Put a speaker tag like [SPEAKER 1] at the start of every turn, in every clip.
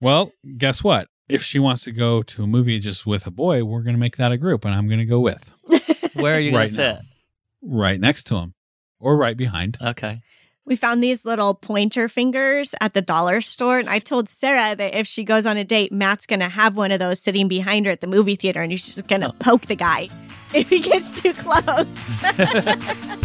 [SPEAKER 1] Well, guess what? If she wants to go to a movie just with a boy, we're going to make that a group, and I'm going to go with
[SPEAKER 2] Where are you going
[SPEAKER 1] Right
[SPEAKER 2] to
[SPEAKER 1] now.
[SPEAKER 2] sit?
[SPEAKER 1] right next to him or right behind.
[SPEAKER 2] Okay.
[SPEAKER 3] We found these little pointer fingers at the dollar store. And I told Sarah that if she goes on a date, Matt's going to have one of those sitting behind her at the movie theater and he's just going to poke the guy if he gets too close.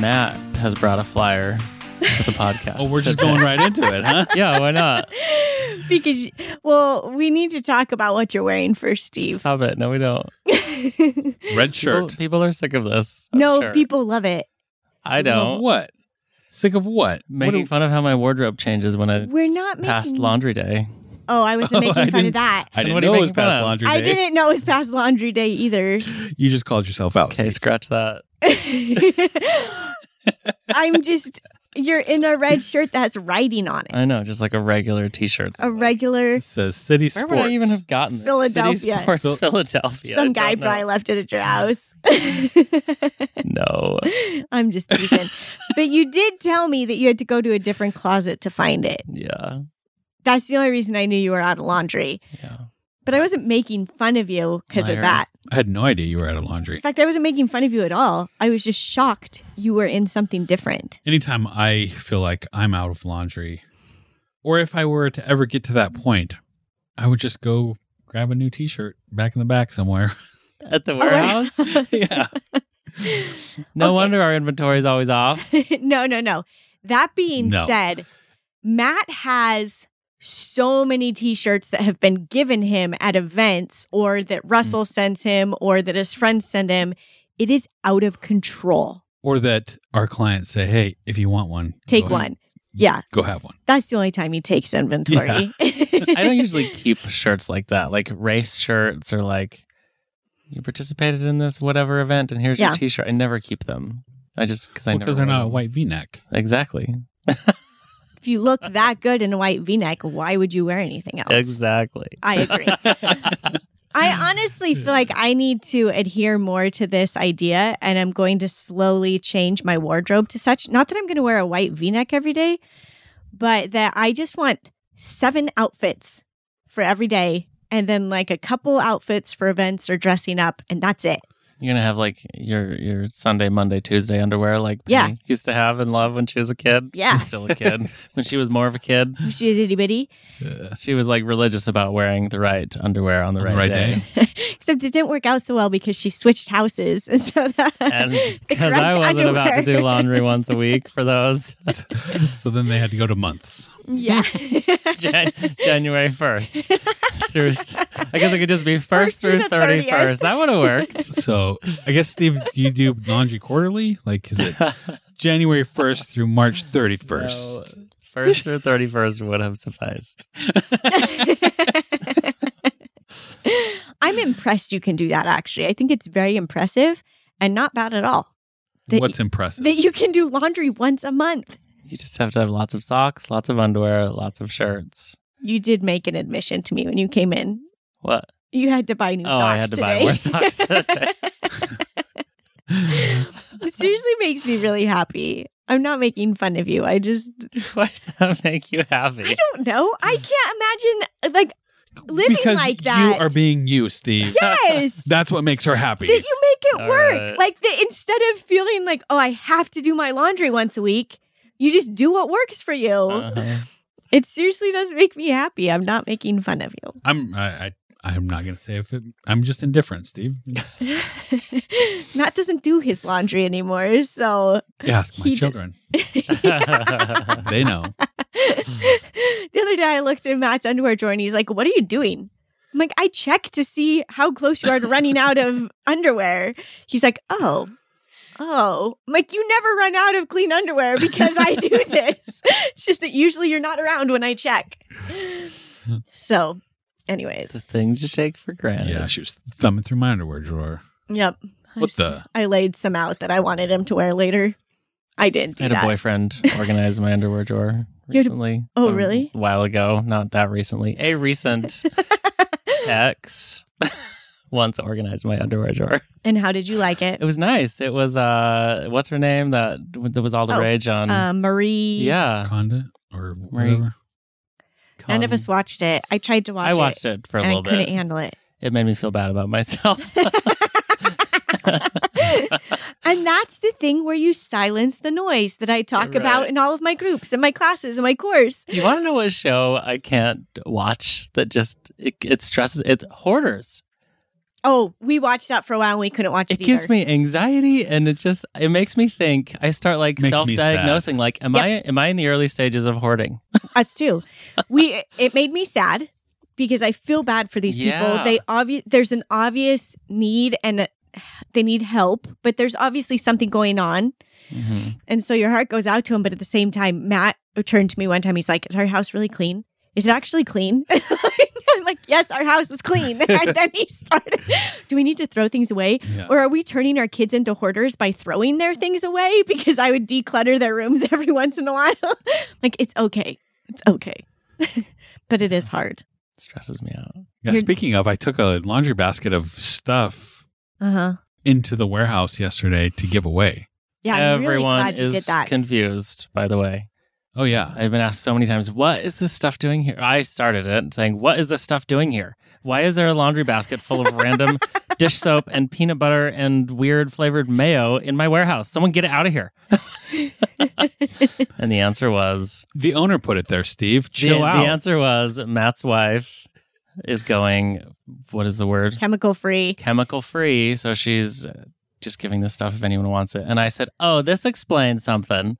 [SPEAKER 2] Matt has brought a flyer to the podcast.
[SPEAKER 1] Oh, we're just
[SPEAKER 2] today.
[SPEAKER 1] going right into it, huh?
[SPEAKER 2] Yeah, why not?
[SPEAKER 3] because, well, we need to talk about what you're wearing first, Steve.
[SPEAKER 2] Stop it. No, we don't.
[SPEAKER 1] Red
[SPEAKER 2] People,
[SPEAKER 1] shirt.
[SPEAKER 2] people are sick of this. I'm
[SPEAKER 3] no,
[SPEAKER 2] sure.
[SPEAKER 3] people love it.
[SPEAKER 2] I
[SPEAKER 1] Of
[SPEAKER 2] don't.
[SPEAKER 1] What? Sick of what?
[SPEAKER 2] Making
[SPEAKER 1] What do-
[SPEAKER 2] fun of how my wardrobe changes when I
[SPEAKER 3] We're not
[SPEAKER 2] past
[SPEAKER 3] making-
[SPEAKER 2] laundry day.
[SPEAKER 3] Oh, I wasn't
[SPEAKER 1] Oh,
[SPEAKER 3] making
[SPEAKER 1] I
[SPEAKER 3] fun
[SPEAKER 1] didn't-
[SPEAKER 3] of that.
[SPEAKER 1] I
[SPEAKER 2] And
[SPEAKER 1] didn't
[SPEAKER 2] what are you
[SPEAKER 1] know it was
[SPEAKER 2] making fun
[SPEAKER 1] past
[SPEAKER 2] of?
[SPEAKER 1] laundry
[SPEAKER 3] I
[SPEAKER 1] day.
[SPEAKER 3] didn't know it was past laundry day either.
[SPEAKER 1] You just called yourself out.
[SPEAKER 2] Okay,
[SPEAKER 1] Steve.
[SPEAKER 2] scratch that.
[SPEAKER 3] I'm just, you're in a red shirt that has writing on it.
[SPEAKER 2] I know, just like a regular t-shirt.
[SPEAKER 3] A regular
[SPEAKER 1] It says city
[SPEAKER 2] Where
[SPEAKER 1] sports.
[SPEAKER 2] would I even have gotten this?
[SPEAKER 3] Philadelphia.
[SPEAKER 2] City Sports
[SPEAKER 1] Phil-
[SPEAKER 2] Philadelphia. I
[SPEAKER 3] Some
[SPEAKER 2] don't
[SPEAKER 3] guy
[SPEAKER 2] know.
[SPEAKER 3] probably left it at your house.
[SPEAKER 2] No.
[SPEAKER 3] I'm just teasing. but you did tell me that you had to go to a different closet to find it.
[SPEAKER 2] Yeah.
[SPEAKER 3] That's the only reason I knew you were out of laundry.
[SPEAKER 2] Yeah.
[SPEAKER 3] But I wasn't making fun of you because of
[SPEAKER 2] Liar.
[SPEAKER 3] that.
[SPEAKER 1] I had no idea you were out of
[SPEAKER 3] In
[SPEAKER 1] laundry.
[SPEAKER 3] fact, I wasn't making fun of you at all. I was just shocked you were in something different.
[SPEAKER 1] Anytime I feel like I'm out of laundry, or if I were to ever get to that point, I would just go grab a new T-shirt back in the back somewhere.
[SPEAKER 2] At the
[SPEAKER 3] Oh, wait.
[SPEAKER 2] warehouse?
[SPEAKER 1] yeah.
[SPEAKER 2] No
[SPEAKER 3] Okay.
[SPEAKER 2] wonder our inventory is always off.
[SPEAKER 3] no, no, no. That being
[SPEAKER 1] No.
[SPEAKER 3] said, Matt has so many t-shirts that have been given him at events or that
[SPEAKER 2] Mm.
[SPEAKER 3] Russell sends him or that his friends send him. It is out of control.
[SPEAKER 1] Or that our clients say, "Hey, if you want one,
[SPEAKER 3] Take
[SPEAKER 1] go-
[SPEAKER 3] one. Yeah,
[SPEAKER 1] Go have one."
[SPEAKER 3] that's the only time he takes inventory.
[SPEAKER 2] I don't usually keep shirts like that, like race shirts or like you participated in this whatever event and here's
[SPEAKER 3] Yeah.
[SPEAKER 2] your t-shirt. I never keep them. I just because I never
[SPEAKER 1] Because they're
[SPEAKER 2] wear
[SPEAKER 1] not a
[SPEAKER 2] them.
[SPEAKER 1] white V-neck.
[SPEAKER 2] Exactly.
[SPEAKER 3] if you look that good in a white V-neck, why would you wear anything else?
[SPEAKER 2] Exactly.
[SPEAKER 3] I agree. I honestly feel like I need to adhere more to this idea and I'm going to slowly change my wardrobe to such. Not that I'm going to wear a white v neck every day, but that I just want seven outfits for every day and then like a couple outfits for events or dressing up and that's it.
[SPEAKER 2] You're gonna have like your your Sunday, Monday, Tuesday underwear like
[SPEAKER 3] Yeah.
[SPEAKER 2] Penny used to have and love when she was a kid.
[SPEAKER 3] Yeah.
[SPEAKER 2] She's still a kid. when she was more of a kid,
[SPEAKER 3] She is itty bitty.
[SPEAKER 1] Uh,
[SPEAKER 2] she was like religious about wearing the right underwear on the right, day.
[SPEAKER 3] Except it didn't work out so well because she switched houses. And so that
[SPEAKER 2] And
[SPEAKER 3] the
[SPEAKER 2] because I
[SPEAKER 3] correct
[SPEAKER 2] wasn't about to
[SPEAKER 3] underwear-
[SPEAKER 2] do laundry once a week for those
[SPEAKER 1] so then they had to go to months.
[SPEAKER 3] Yeah.
[SPEAKER 2] Jan- January 1st through, I guess it could just be 1st
[SPEAKER 3] First
[SPEAKER 2] through
[SPEAKER 3] through the 30th.
[SPEAKER 2] 31st. That would have worked.
[SPEAKER 1] So I guess Steve, do you do laundry quarterly? Like, is it January first through March thirty first?
[SPEAKER 2] No, First through 31st would have sufficed.
[SPEAKER 3] I'm impressed you can do that actually. I think it's very impressive and not bad at all. That,
[SPEAKER 1] What's impressive?
[SPEAKER 3] that you can do laundry once a month.
[SPEAKER 2] You just have to have lots of socks, lots of underwear, lots of shirts.
[SPEAKER 3] You did make an admission to me when you came in.
[SPEAKER 2] What?
[SPEAKER 3] You had to buy new
[SPEAKER 2] Oh,
[SPEAKER 3] socks.
[SPEAKER 2] I had to buy
[SPEAKER 3] today.
[SPEAKER 2] more socks today.
[SPEAKER 3] it seriously makes me really happy. I'm not making fun of you. I just
[SPEAKER 2] Why does that make you happy?
[SPEAKER 3] I don't know. I can't imagine like living
[SPEAKER 1] because
[SPEAKER 3] like
[SPEAKER 1] you
[SPEAKER 3] that.
[SPEAKER 1] are being you, Steve.
[SPEAKER 3] yes.
[SPEAKER 1] That's what makes her happy.
[SPEAKER 3] that you make it
[SPEAKER 2] All
[SPEAKER 3] work.
[SPEAKER 2] right.
[SPEAKER 3] Like that instead of feeling like, oh, I have to do my laundry once a week, you just do what works for you.
[SPEAKER 2] Uh-huh.
[SPEAKER 3] It seriously does make me happy. I'm not making fun of you.
[SPEAKER 1] I'm. I. I I'm not gonna say if it, I'm just indifferent, Steve. Just
[SPEAKER 3] Matt doesn't do his laundry anymore, so
[SPEAKER 1] ask my
[SPEAKER 3] He does.
[SPEAKER 1] children;
[SPEAKER 2] Uh-huh.
[SPEAKER 1] they know.
[SPEAKER 3] the other day I looked in Matt's underwear drawer and he's like, What are you doing? I'm like, I checked to see how close you are to running out of underwear. He's like, Oh, oh, I'm like you never run out of clean underwear because I do this. It's just that usually you're not around when I check. So,
[SPEAKER 2] The
[SPEAKER 3] anyways,
[SPEAKER 2] things you take for granted.
[SPEAKER 1] Yeah, she was thumbing through my underwear drawer.
[SPEAKER 3] yep. I
[SPEAKER 1] What
[SPEAKER 3] s-
[SPEAKER 1] the?
[SPEAKER 3] I laid some out that I wanted him to wear later. I didn't
[SPEAKER 2] I
[SPEAKER 3] do
[SPEAKER 2] had a
[SPEAKER 3] that.
[SPEAKER 2] boyfriend organize my underwear drawer
[SPEAKER 3] You had-
[SPEAKER 2] recently.
[SPEAKER 3] Oh,
[SPEAKER 2] a
[SPEAKER 3] really?
[SPEAKER 2] while ago. Not that recently. A recent ex once organized my underwear drawer.
[SPEAKER 3] and how did you like it?
[SPEAKER 2] It was nice. It was, uh, what's her name? That, that was all the
[SPEAKER 3] Oh,
[SPEAKER 2] rage on.
[SPEAKER 3] Uh, Marie.
[SPEAKER 2] yeah.
[SPEAKER 1] Conda or
[SPEAKER 2] Marie-
[SPEAKER 1] whatever.
[SPEAKER 3] None of
[SPEAKER 2] Con-
[SPEAKER 3] us watched it. I tried to watch
[SPEAKER 2] um, I
[SPEAKER 3] it.
[SPEAKER 2] watched it, for a
[SPEAKER 3] and I
[SPEAKER 2] little
[SPEAKER 3] couldn't
[SPEAKER 2] bit.
[SPEAKER 3] handle it.
[SPEAKER 2] it made me feel bad about myself.
[SPEAKER 3] and that's the thing where you silence the noise that I talk
[SPEAKER 2] Right.
[SPEAKER 3] about in all of my groups, in my classes, in my course.
[SPEAKER 2] Do you want to know what show I can't watch that just it, it stresses? It's hoarders.
[SPEAKER 3] Oh, we watched that for a while and we couldn't watch it,
[SPEAKER 2] It gives
[SPEAKER 3] either.
[SPEAKER 2] me anxiety, and it just it makes me think. I start like
[SPEAKER 1] Makes
[SPEAKER 2] self
[SPEAKER 1] me
[SPEAKER 2] diagnosing. Like, am
[SPEAKER 3] Yep.
[SPEAKER 2] I am I in the early stages of hoarding?
[SPEAKER 3] Us too. We it made me sad because I feel bad for these
[SPEAKER 2] Yeah.
[SPEAKER 3] people. They obvious there's an obvious need and uh, they need help, but there's obviously something going on.
[SPEAKER 1] Mm-hmm.
[SPEAKER 3] And so your heart goes out to him, but at the same time, Matt turned to me one time. He's like, "Is our house really clean? Is it actually clean?" I'm like, "Yes, our house is clean." and then he started, "Do we need to throw things away,
[SPEAKER 1] Yeah.
[SPEAKER 3] or are we turning our kids into hoarders by throwing their things away?" Because I would declutter their rooms every once in a while. like, it's okay, it's okay, but it is hard.
[SPEAKER 2] It stresses me out.
[SPEAKER 1] Yeah,
[SPEAKER 3] You're-
[SPEAKER 1] speaking of, I took a laundry basket of stuff
[SPEAKER 3] Uh huh.
[SPEAKER 1] into the warehouse yesterday to give away.
[SPEAKER 3] Yeah, I'm really
[SPEAKER 2] Everyone
[SPEAKER 3] glad you
[SPEAKER 2] is
[SPEAKER 3] did that.
[SPEAKER 2] confused. By the way,
[SPEAKER 1] Oh yeah.
[SPEAKER 2] I've been asked so many times, "What is this stuff doing here?" I started it saying, "What is this stuff doing here? Why is there a laundry basket full of random dish soap and peanut butter and weird flavored mayo in my warehouse? Someone get it out of here!" and the answer was,
[SPEAKER 1] The owner put it there, Steve.
[SPEAKER 2] the,
[SPEAKER 1] Chill
[SPEAKER 2] the
[SPEAKER 1] out.
[SPEAKER 2] answer was Matt's wife is going. What is the word?
[SPEAKER 3] Chemical free.
[SPEAKER 2] Chemical free. So she's uh, just giving this stuff if anyone wants it. And I said, "Oh, this explains something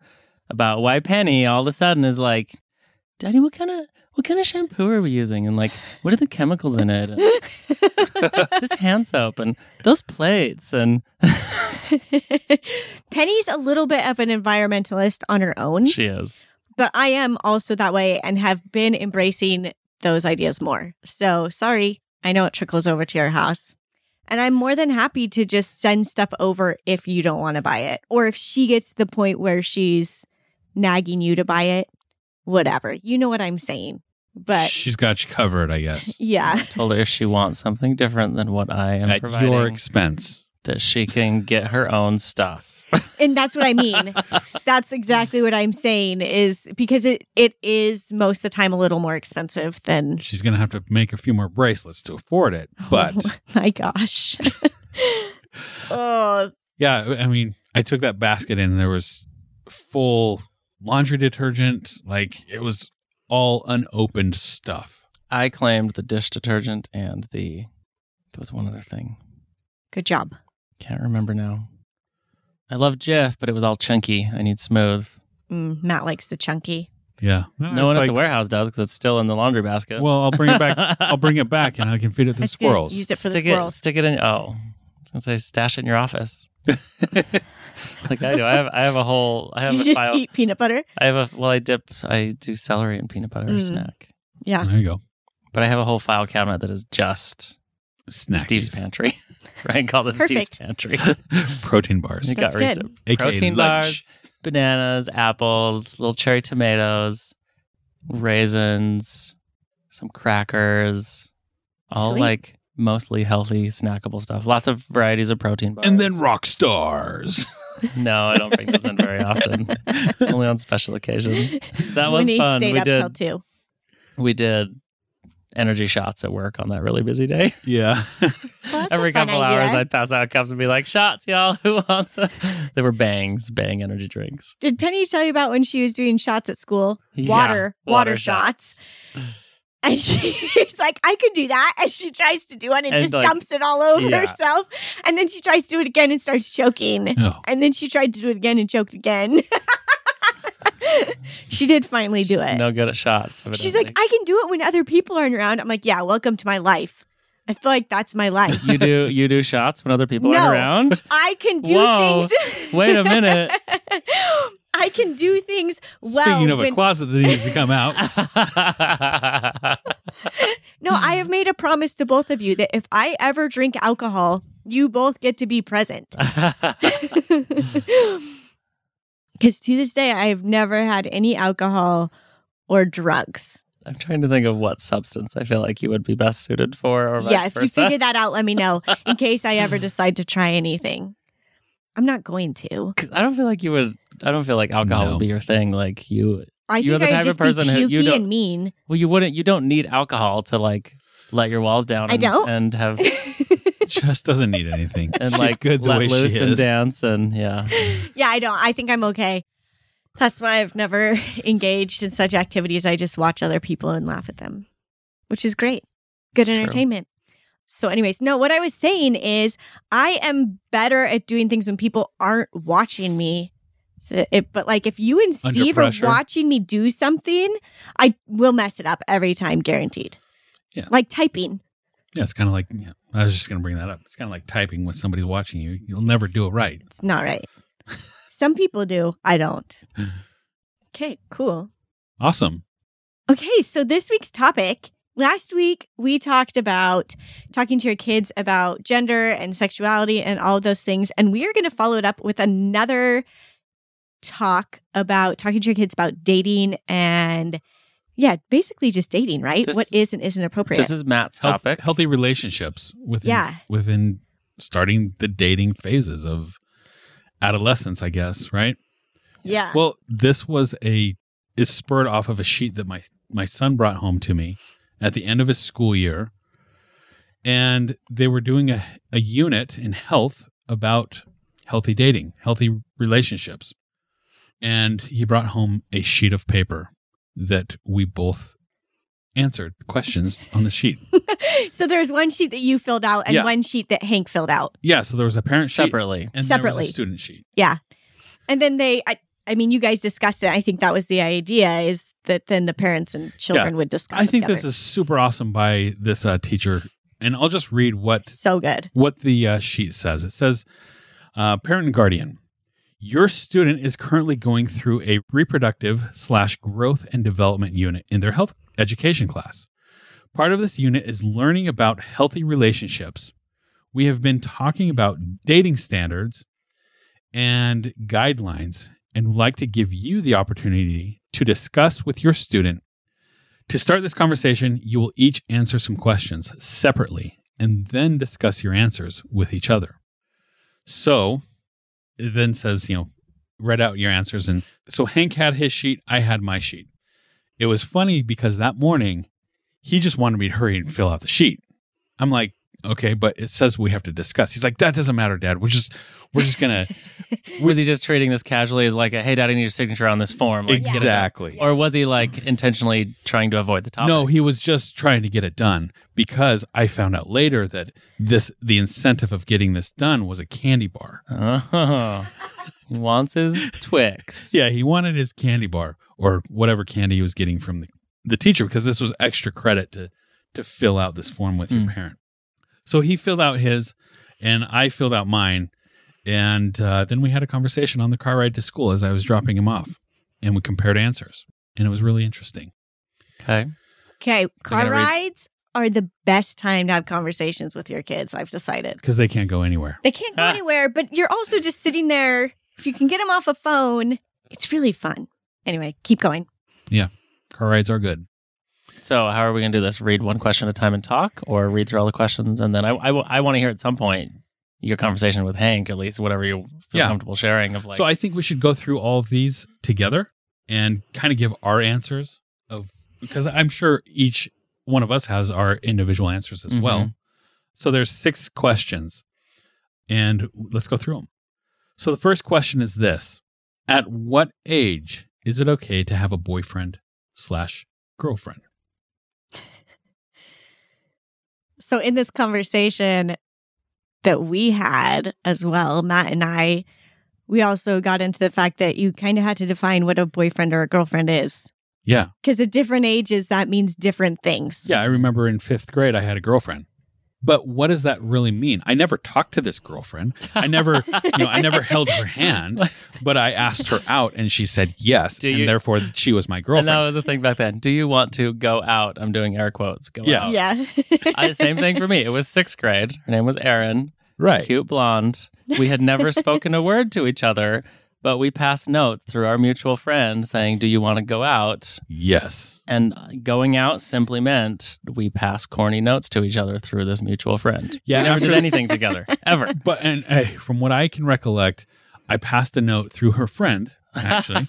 [SPEAKER 2] about why Penny all of a sudden is like, Daddy, what kind of what kind of shampoo are we using? And like, what are the chemicals in it? And this hand soap and those plates and
[SPEAKER 3] Penny's a little bit of an environmentalist on her own.
[SPEAKER 2] she is.
[SPEAKER 3] but I am also that way and have been embracing those ideas more. So sorry, I know it trickles over to your house. And I'm more than happy to just send stuff over if you don't want to buy it or if she gets to the point where she's nagging you to buy it, whatever. You know what I'm saying. But
[SPEAKER 1] she's got you covered, I guess,
[SPEAKER 3] yeah,
[SPEAKER 2] Told her if she wants something different than what I am
[SPEAKER 1] at
[SPEAKER 2] providing,
[SPEAKER 1] your expense.
[SPEAKER 2] that she can get her own stuff.
[SPEAKER 3] and that's what I mean. that's exactly what I'm saying is because it it is most of the time a little more expensive than
[SPEAKER 1] She's gonna have to make a few more bracelets to afford it. But
[SPEAKER 3] Oh, my gosh. oh,
[SPEAKER 1] yeah, I mean, I took that basket in, and there was full laundry detergent. Like it was all unopened stuff.
[SPEAKER 2] I claimed the dish detergent and the there was one other thing.
[SPEAKER 3] good job.
[SPEAKER 2] Can't remember now. I love Jeff, but it was all chunky. I need smooth.
[SPEAKER 3] Mm, Matt likes the chunky.
[SPEAKER 1] Yeah,
[SPEAKER 2] No one at the warehouse does because it's still in the laundry basket.
[SPEAKER 1] Well, I'll bring it back. I'll bring it back, and I can feed it to
[SPEAKER 3] I
[SPEAKER 1] the
[SPEAKER 3] was gonna
[SPEAKER 1] squirrels.
[SPEAKER 3] Use it for
[SPEAKER 2] stick
[SPEAKER 3] the
[SPEAKER 2] it,
[SPEAKER 3] squirrels.
[SPEAKER 2] stick it in. Oh, I say stash it in your office. like I do. I have I have a whole. I have
[SPEAKER 3] you
[SPEAKER 2] a
[SPEAKER 3] just
[SPEAKER 2] file.
[SPEAKER 3] eat peanut butter.
[SPEAKER 2] I have a well. I dip. I do celery and peanut butter
[SPEAKER 3] Mm.
[SPEAKER 2] snack.
[SPEAKER 3] Yeah.
[SPEAKER 1] There you go.
[SPEAKER 2] But I have a whole file cabinet that is just
[SPEAKER 1] Snackies.
[SPEAKER 2] Steve's pantry. Ryan called it Steve's
[SPEAKER 3] Perfect.
[SPEAKER 2] pantry.
[SPEAKER 1] Protein bars.
[SPEAKER 2] It got
[SPEAKER 3] That's
[SPEAKER 2] rese-
[SPEAKER 3] good.
[SPEAKER 1] AKA
[SPEAKER 2] protein bars,
[SPEAKER 1] lunch.
[SPEAKER 2] bananas, apples, little cherry tomatoes, raisins, some crackers, all
[SPEAKER 3] Sweet.
[SPEAKER 2] like mostly healthy, snackable stuff. Lots of varieties of protein bars.
[SPEAKER 1] And then rock stars.
[SPEAKER 2] no, I don't bring those in very often. Only on special occasions. That was
[SPEAKER 3] when he
[SPEAKER 2] fun.
[SPEAKER 3] stayed
[SPEAKER 2] We
[SPEAKER 3] up
[SPEAKER 2] did.
[SPEAKER 3] till two.
[SPEAKER 2] we did energy shots at work on that really busy day.
[SPEAKER 1] yeah.
[SPEAKER 2] Every couple hours, I'd pass out cups and be like, "Shots, y'all! Who wants?" A-? They were bangs, bang energy drinks.
[SPEAKER 3] Did Penny tell you about when she was doing shots at school?
[SPEAKER 2] Yeah,
[SPEAKER 3] water, water,
[SPEAKER 2] water
[SPEAKER 3] shots. And she's like, I could do that. And she tries to do it and,
[SPEAKER 2] And,
[SPEAKER 3] just
[SPEAKER 2] like,
[SPEAKER 3] dumps it all over
[SPEAKER 2] yeah.
[SPEAKER 3] herself. And then she tries to do it again and starts choking.
[SPEAKER 1] Oh.
[SPEAKER 3] And then she tried to do it again and choked again. she did finally do
[SPEAKER 2] She's
[SPEAKER 3] it.
[SPEAKER 2] No good at shots.
[SPEAKER 3] She's like,
[SPEAKER 2] evidently.
[SPEAKER 3] I can do it when other people aren't around. I'm like, yeah, welcome to my life. I feel like that's my life.
[SPEAKER 2] You do you do shots when other people
[SPEAKER 3] No.
[SPEAKER 2] are around.
[SPEAKER 3] I can do
[SPEAKER 2] Whoa.
[SPEAKER 3] things.
[SPEAKER 2] Wait a minute.
[SPEAKER 3] I can do things well.
[SPEAKER 1] Speaking of a
[SPEAKER 3] when-
[SPEAKER 1] closet that needs to come out,
[SPEAKER 3] no, I have made a promise to both of you that if I ever drink alcohol, you both get to be present. Because to this day, I have never had any alcohol or drugs.
[SPEAKER 2] I'm trying to think of what substance I feel like you would be best suited for, or vice
[SPEAKER 3] yeah, if
[SPEAKER 2] versa.
[SPEAKER 3] you figure that out, let me know in case I ever decide to try anything. I'm not going to.
[SPEAKER 2] 'Cause I don't feel like you would. I don't feel like alcohol
[SPEAKER 1] No.
[SPEAKER 2] would be your thing. Like you,
[SPEAKER 3] I
[SPEAKER 2] You're
[SPEAKER 3] think
[SPEAKER 2] the type
[SPEAKER 3] I would
[SPEAKER 2] of
[SPEAKER 3] just
[SPEAKER 2] person
[SPEAKER 3] be
[SPEAKER 2] who- you
[SPEAKER 3] pukey
[SPEAKER 2] don't-
[SPEAKER 3] and mean.
[SPEAKER 2] well, you wouldn't. You don't need alcohol to like let your walls down.
[SPEAKER 3] I
[SPEAKER 2] and-
[SPEAKER 3] don't.
[SPEAKER 2] and have
[SPEAKER 1] just doesn't need anything.
[SPEAKER 2] and
[SPEAKER 1] She's
[SPEAKER 2] like
[SPEAKER 1] good the
[SPEAKER 2] let
[SPEAKER 1] way
[SPEAKER 2] loose
[SPEAKER 1] she
[SPEAKER 2] and
[SPEAKER 1] is.
[SPEAKER 2] dance and yeah.
[SPEAKER 3] yeah, I don't. I think I'm okay. That's why I've never engaged in such activities. I just watch other people and laugh at them, which is great. Good
[SPEAKER 2] It's true.
[SPEAKER 3] entertainment. So, anyways, no, what I was saying is I am better at doing things when people aren't watching me. So it- but like if you and
[SPEAKER 1] Under
[SPEAKER 3] Steve are
[SPEAKER 1] pressure.
[SPEAKER 3] watching me do something, I will mess it up every time, guaranteed.
[SPEAKER 1] Yeah.
[SPEAKER 3] Like typing.
[SPEAKER 1] Yeah, it's kind of like yeah, I was just going to bring that up. It's kind of like typing when somebody's watching you. You'll never do it right.
[SPEAKER 3] It's not right. Some people do. I don't. Okay, cool.
[SPEAKER 1] Awesome.
[SPEAKER 3] Okay, so this week's topic. Last week we talked about talking to your kids about gender and sexuality and all of those things, and we are going to follow it up with another talk about talking to your kids about dating and yeah, basically just dating, right?
[SPEAKER 2] This-
[SPEAKER 3] what is and isn't appropriate.
[SPEAKER 2] This is Matt's
[SPEAKER 1] Health-
[SPEAKER 2] topic.
[SPEAKER 1] healthy relationships within
[SPEAKER 3] Yeah.
[SPEAKER 1] within starting the dating phases of adolescence, I guess, right?
[SPEAKER 3] yeah.
[SPEAKER 1] Well, this was a is spurred off of a sheet that my my son brought home to me at the end of his school year, and they were doing a a unit in health about healthy dating, healthy relationships, and he brought home a sheet of paper that we both answered questions on the sheet.
[SPEAKER 3] so there's one sheet that you filled out and
[SPEAKER 1] Yeah.
[SPEAKER 3] one sheet that Hank filled out.
[SPEAKER 1] Yeah, so there was a parent sheet
[SPEAKER 2] Separately,
[SPEAKER 1] and there
[SPEAKER 3] Separately.
[SPEAKER 1] was a student sheet.
[SPEAKER 3] And then they, I, I mean, you guys discussed it. I think that was the idea is that then the parents and children would discuss
[SPEAKER 1] I think
[SPEAKER 3] it
[SPEAKER 1] this
[SPEAKER 3] together.
[SPEAKER 1] is super awesome by this uh, teacher, and I'll just read what
[SPEAKER 3] so good.
[SPEAKER 1] what the uh, sheet says. It says, uh, "Parent and guardian, your student is currently going through a reproductive slash growth and development unit in their health education class. Part of this unit is learning about healthy relationships. We have been talking about dating standards and guidelines, and would like to give you the opportunity to discuss with your student." To start this conversation, you will each answer some questions separately and then discuss your answers with each other. So it then says, you know, read out your answers. And so Hank had his sheet, I had my sheet. It was funny because that morning he just wanted me to hurry and fill out the sheet. I'm like, okay, but it says we have to discuss. He's like, that doesn't matter, Dad. We're just, we're just gonna
[SPEAKER 2] was he just treating this casually as like, a, "Hey, Dad, I need your signature on this form"? Like, get it done.
[SPEAKER 1] exactly.
[SPEAKER 2] Or was he like intentionally trying to avoid the topic?
[SPEAKER 1] No, he was just trying to get it done because I found out later that this the incentive of getting this done was a candy bar.
[SPEAKER 2] Oh. he wants his Twix.
[SPEAKER 1] Yeah, he wanted his candy bar or whatever candy he was getting from the, the teacher because this was extra credit to to fill out this form with your
[SPEAKER 2] Mm.
[SPEAKER 1] parent. So he filled out his and I filled out mine and uh, then we had a conversation on the car ride to school as I was dropping him off and we compared answers and it was really interesting.
[SPEAKER 2] Okay.
[SPEAKER 3] Okay, car
[SPEAKER 2] gonna read-
[SPEAKER 3] rides are the best time to have conversations with your kids, I've decided.
[SPEAKER 1] Because they can't go anywhere.
[SPEAKER 3] They can't go
[SPEAKER 2] Ah.
[SPEAKER 3] anywhere, but you're also just sitting there. If you can get them off a phone, it's really fun. Anyway, keep going.
[SPEAKER 1] Car rides are good.
[SPEAKER 2] So, how are we going to do this? Read one question at a time and talk, or read through all the questions? And then I, I, want to hear at some point your conversation with Hank, at least, whatever you feel
[SPEAKER 1] Yeah.
[SPEAKER 2] comfortable sharing. Of like,
[SPEAKER 1] so I think we should go through all of these together and kind of give our answers of because I'm sure each one of us has our individual answers as well.
[SPEAKER 2] Mhm.
[SPEAKER 1] So there's six questions and let's go through them. So the first question is this. At what age is it okay to have a boyfriend slash girlfriend?
[SPEAKER 3] So, in this conversation that we had as well, Matt and I, we also got into the fact that you kind of had to define what a boyfriend or a girlfriend is.
[SPEAKER 1] Yeah.
[SPEAKER 3] Because at different ages, that means different things.
[SPEAKER 1] Yeah. I remember in fifth grade, I had a girlfriend But what does that really mean? I never talked to this girlfriend. I never, you know, I never held her hand, but I asked her out and she said yes.
[SPEAKER 2] Do
[SPEAKER 1] and
[SPEAKER 2] you-
[SPEAKER 1] therefore she was my
[SPEAKER 2] And
[SPEAKER 1] girlfriend.
[SPEAKER 2] that was the thing back then. Do you want to go out? I'm doing air quotes. Go
[SPEAKER 1] Yeah.
[SPEAKER 2] out.
[SPEAKER 3] Yeah.
[SPEAKER 2] I, same thing for me. It was sixth grade. Her name was Erin.
[SPEAKER 1] right.
[SPEAKER 2] Cute blonde. We had never spoken a word to each other, but we passed notes through our mutual friend saying, Do you want to go out?
[SPEAKER 1] Yes.
[SPEAKER 2] And going out simply meant we passed corny notes to each other through this mutual friend.
[SPEAKER 1] Yeah,
[SPEAKER 2] We never did
[SPEAKER 1] after-
[SPEAKER 2] anything together, ever.
[SPEAKER 1] But and hey, from what I can recollect, I passed a note through her friend actually,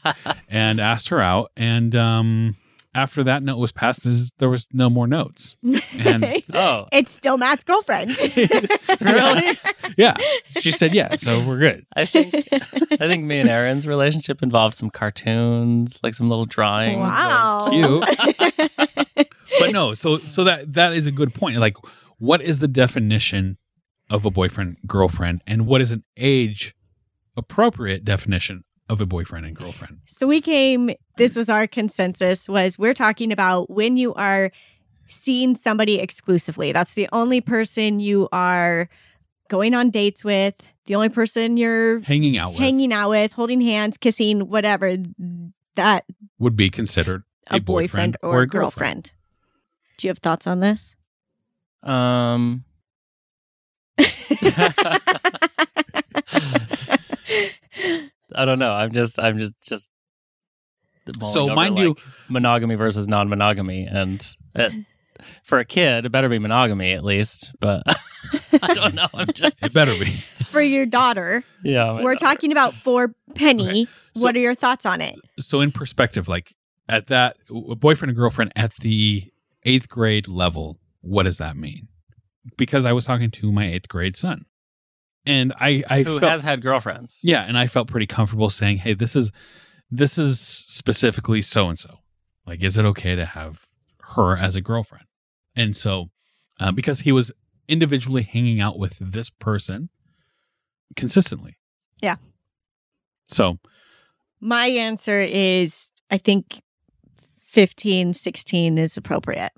[SPEAKER 1] and asked her out. And um, after that note was passed, is- there was no more notes. And
[SPEAKER 2] Oh,
[SPEAKER 3] it's still Matt's girlfriend.
[SPEAKER 2] really?
[SPEAKER 1] yeah, she said yeah, so we're good.
[SPEAKER 2] I think I think me and Erin's relationship involved some cartoons, like some little drawings. of-
[SPEAKER 3] wow.
[SPEAKER 1] Cute. but no, so so that that is a good point. Like, what is the definition of a boyfriend girlfriend, and what is an age appropriate definition of a boyfriend and girlfriend?
[SPEAKER 3] So we came this was our consensus was we're talking about when you are seeing somebody exclusively. That's the only person you are going on dates with, the only person you're
[SPEAKER 1] Hanging out with
[SPEAKER 3] hanging out with, holding hands, kissing, whatever. That
[SPEAKER 1] would be considered
[SPEAKER 3] a, boyfriend, or, a girlfriend. Do you have thoughts on this?
[SPEAKER 2] Um, I don't know. I'm just, I'm just, just. mulling
[SPEAKER 1] So
[SPEAKER 2] over,
[SPEAKER 1] mind
[SPEAKER 2] like,
[SPEAKER 1] you-
[SPEAKER 2] monogamy versus non-monogamy, and it, for a kid, it better be monogamy at least. But I don't know. I'm
[SPEAKER 1] It
[SPEAKER 2] just,
[SPEAKER 1] better be.
[SPEAKER 3] For your daughter,
[SPEAKER 2] yeah.
[SPEAKER 3] we're talking about for Penny.
[SPEAKER 1] So-
[SPEAKER 3] what are your thoughts on it?
[SPEAKER 1] So in perspective, like at that a boyfriend and girlfriend at the eighth grade level, what does that mean? Because I was talking to my eighth grade son, and I I
[SPEAKER 2] who
[SPEAKER 1] felt
[SPEAKER 2] has had girlfriends.
[SPEAKER 1] yeah, and I felt pretty comfortable saying, hey, this is this is specifically so and so. Like, is it okay to have her as a girlfriend? And so, uh, because he was individually hanging out with this person consistently,
[SPEAKER 3] Yeah.
[SPEAKER 1] So
[SPEAKER 3] My answer is I think 15, 16 is appropriate.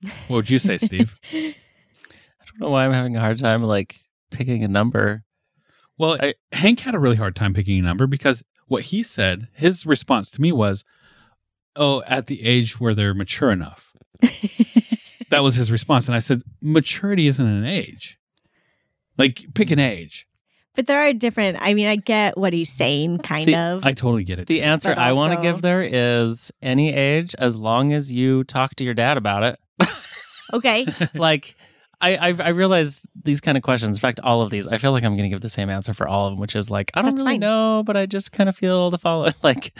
[SPEAKER 1] What would you say, Steve?
[SPEAKER 2] I don't know why I'm having a hard time like picking a number.
[SPEAKER 1] well,
[SPEAKER 2] I-
[SPEAKER 1] Hank had a really hard time picking a number because what he said, his response to me was, "Oh, at the age where they're mature enough." that was his response, and I said, "Maturity isn't an age. Like, pick an age."
[SPEAKER 3] But there are different, I mean, I get what he's saying, kind
[SPEAKER 2] The-
[SPEAKER 3] of.
[SPEAKER 1] I totally get it.
[SPEAKER 2] The
[SPEAKER 1] too.
[SPEAKER 2] answer
[SPEAKER 3] But
[SPEAKER 2] I want to
[SPEAKER 3] also-
[SPEAKER 2] give there is any age as long as you talk to your dad about it.
[SPEAKER 3] okay.
[SPEAKER 2] like I, I I realize these kind of questions. In fact, all of these. I feel like I'm going to give the same answer for all of them, which is like I don't
[SPEAKER 3] That's
[SPEAKER 2] really
[SPEAKER 3] fine.
[SPEAKER 2] know, but I just kind of feel the follow. Like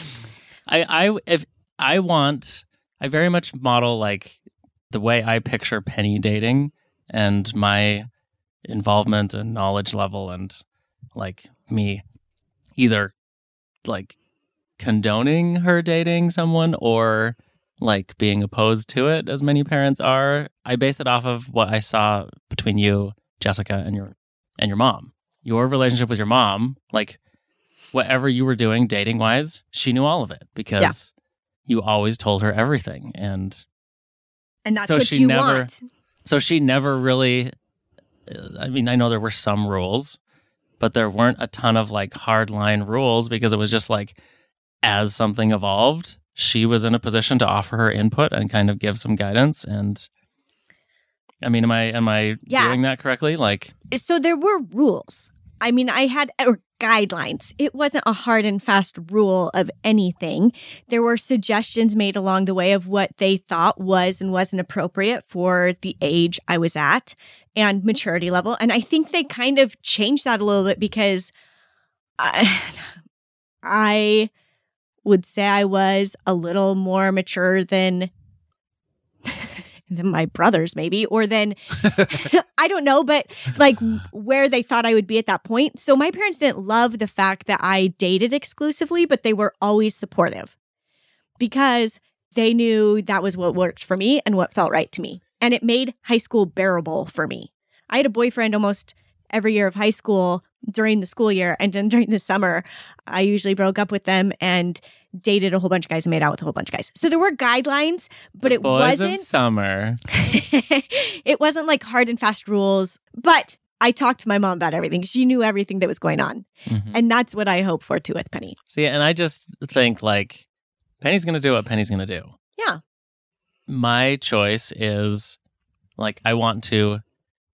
[SPEAKER 2] I I if I want, I very much model like the way I picture Penny dating and my involvement and knowledge level and like me either like condoning her dating someone or like being opposed to it as many parents are i base it off of what i saw between you jessica and your and your mom your relationship with your mom like whatever you were doing dating wise she knew all of it because you always told her everything and
[SPEAKER 3] And that's
[SPEAKER 2] So
[SPEAKER 3] what
[SPEAKER 2] she
[SPEAKER 3] you
[SPEAKER 2] never-
[SPEAKER 3] want.
[SPEAKER 2] so she never really i mean i know there were some rules but there weren't a ton of like hard line rules because it was just like as something evolved she was in a position to offer her input and kind of give some guidance and i mean am i am i
[SPEAKER 3] Yeah.
[SPEAKER 2] doing that correctly like
[SPEAKER 3] So there were rules. I mean, I had or guidelines. It wasn't a hard and fast rule of anything. There were suggestions made along the way of what they thought was and wasn't appropriate for the age I was at and maturity level. And I think they kind of changed that a little bit because I, I would say I was a little more mature than than my brothers maybe or than I don't know, but like where they thought I would be at that point. So my parents didn't love the fact that I dated exclusively, but they were always supportive because they knew that was what worked for me and what felt right to me. And it made high school bearable for me. I had a boyfriend almost every year of high school during the school year. And then during the summer, I usually broke up with them and dated a whole bunch of guys and made out with a whole bunch of guys. So there were guidelines, but it
[SPEAKER 2] Boys
[SPEAKER 3] wasn't
[SPEAKER 2] of summer.
[SPEAKER 3] it wasn't like hard and fast rules. But I talked to my mom about everything. She knew everything that was going on.
[SPEAKER 2] Mhm.
[SPEAKER 3] And that's what I hope for too with Penny.
[SPEAKER 2] See, and I just think like Penny's gonna do what Penny's gonna do.
[SPEAKER 3] Yeah.
[SPEAKER 2] My choice is like I want to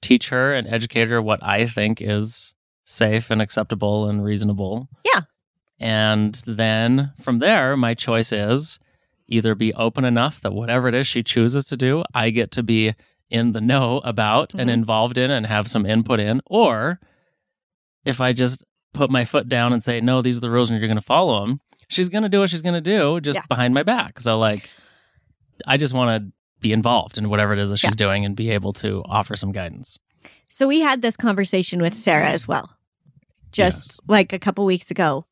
[SPEAKER 2] teach her and educate her what I think is safe and acceptable and reasonable.
[SPEAKER 3] Yeah.
[SPEAKER 2] And then from there, my choice is either be open enough that whatever it is she chooses to do, I get to be in the know about and
[SPEAKER 3] Mhm.
[SPEAKER 2] involved in and have some input in, or if I just put my foot down and say, no, these are the rules and you're going to follow them, she's going to do what she's going to do just
[SPEAKER 3] Yeah.
[SPEAKER 2] behind my back. So, like, I just want to be involved in whatever it is that she's doing and be able to offer some guidance.
[SPEAKER 3] So we had this conversation with Sarah as well, just
[SPEAKER 2] Yes.
[SPEAKER 3] like a couple weeks ago.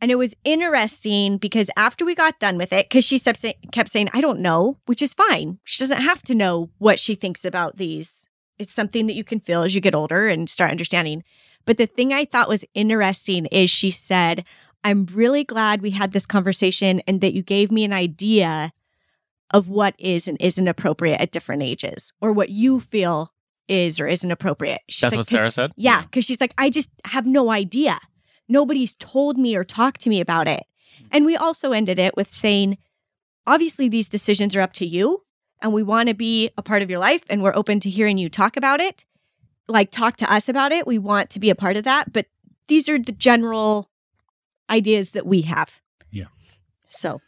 [SPEAKER 3] And it was interesting because after we got done with it, because she kept saying, kept saying, I don't know, which is fine. She doesn't have to know what she thinks about these. It's something that you can feel as you get older and start understanding. But the thing I thought was interesting is she said, I'm really glad we had this conversation and that you gave me an idea of what is and isn't appropriate at different ages or what you feel is or isn't appropriate. She's
[SPEAKER 2] That's
[SPEAKER 3] like,
[SPEAKER 2] what
[SPEAKER 3] 'Cause-
[SPEAKER 2] Sarah said?
[SPEAKER 3] yeah, because she's like, I just have no idea. Nobody's told me or talked to me about it.
[SPEAKER 1] Mm.
[SPEAKER 3] And we also ended it with saying, obviously, these decisions are up to you, and we want to be a part of your life, and we're open to hearing you talk about it. Like, talk to us about it. We want to be a part of that. But these are the general ideas that we have.
[SPEAKER 1] Yeah.
[SPEAKER 3] So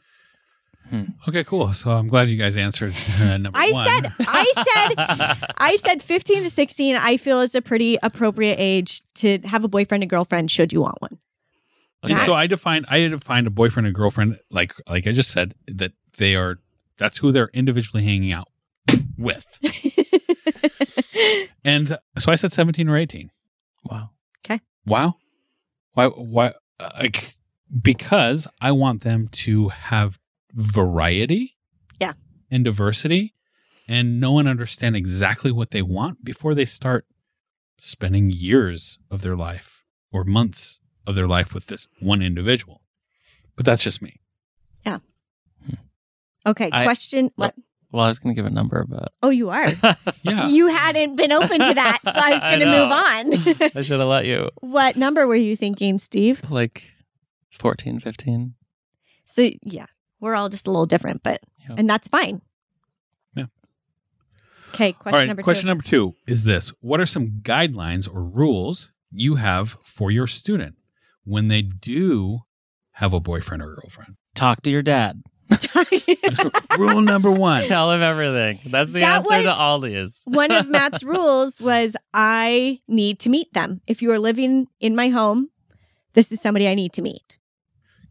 [SPEAKER 1] Okay, cool. So I'm glad you guys answered uh, number
[SPEAKER 3] I
[SPEAKER 1] one.
[SPEAKER 3] said, I said, I said 15 to 16, I feel is a pretty appropriate age to have a boyfriend and girlfriend should you want one.
[SPEAKER 1] Okay, so I define I define a boyfriend and girlfriend like like I just said that they are that's who they're individually hanging out with. and so I said 17 or 18.
[SPEAKER 2] Wow.
[SPEAKER 1] Wow. Why why uh, like because I want them to have variety
[SPEAKER 3] Yeah.
[SPEAKER 1] and diversity and know and understand exactly what they want before they start spending years of their life or months of their life with this one individual. But that's just me.
[SPEAKER 3] Okay,
[SPEAKER 2] I-
[SPEAKER 3] question. what?
[SPEAKER 2] Well, I was going to give a number, but
[SPEAKER 3] Oh, you are.
[SPEAKER 1] Yeah.
[SPEAKER 3] You hadn't been open to that, so I was
[SPEAKER 2] I
[SPEAKER 3] going to move on.
[SPEAKER 2] I should have let you.
[SPEAKER 3] what number were you thinking, Steve?
[SPEAKER 2] Like 14, 15.
[SPEAKER 3] So, yeah, we're all just a little different, but,
[SPEAKER 2] Yeah.
[SPEAKER 3] and that's fine.
[SPEAKER 1] Yeah.
[SPEAKER 3] Okay, question number
[SPEAKER 1] question
[SPEAKER 3] two.
[SPEAKER 1] number two is this What are some guidelines or rules you have for your student when they do have a boyfriend or girlfriend?
[SPEAKER 2] Talk to your dad.
[SPEAKER 1] Rule number one.
[SPEAKER 2] Tell him everything. That's the
[SPEAKER 3] That
[SPEAKER 2] answer
[SPEAKER 3] was-
[SPEAKER 2] to all these.
[SPEAKER 3] One of Matt's rules was I need to meet them. If you are living in my home, this is somebody I need to meet.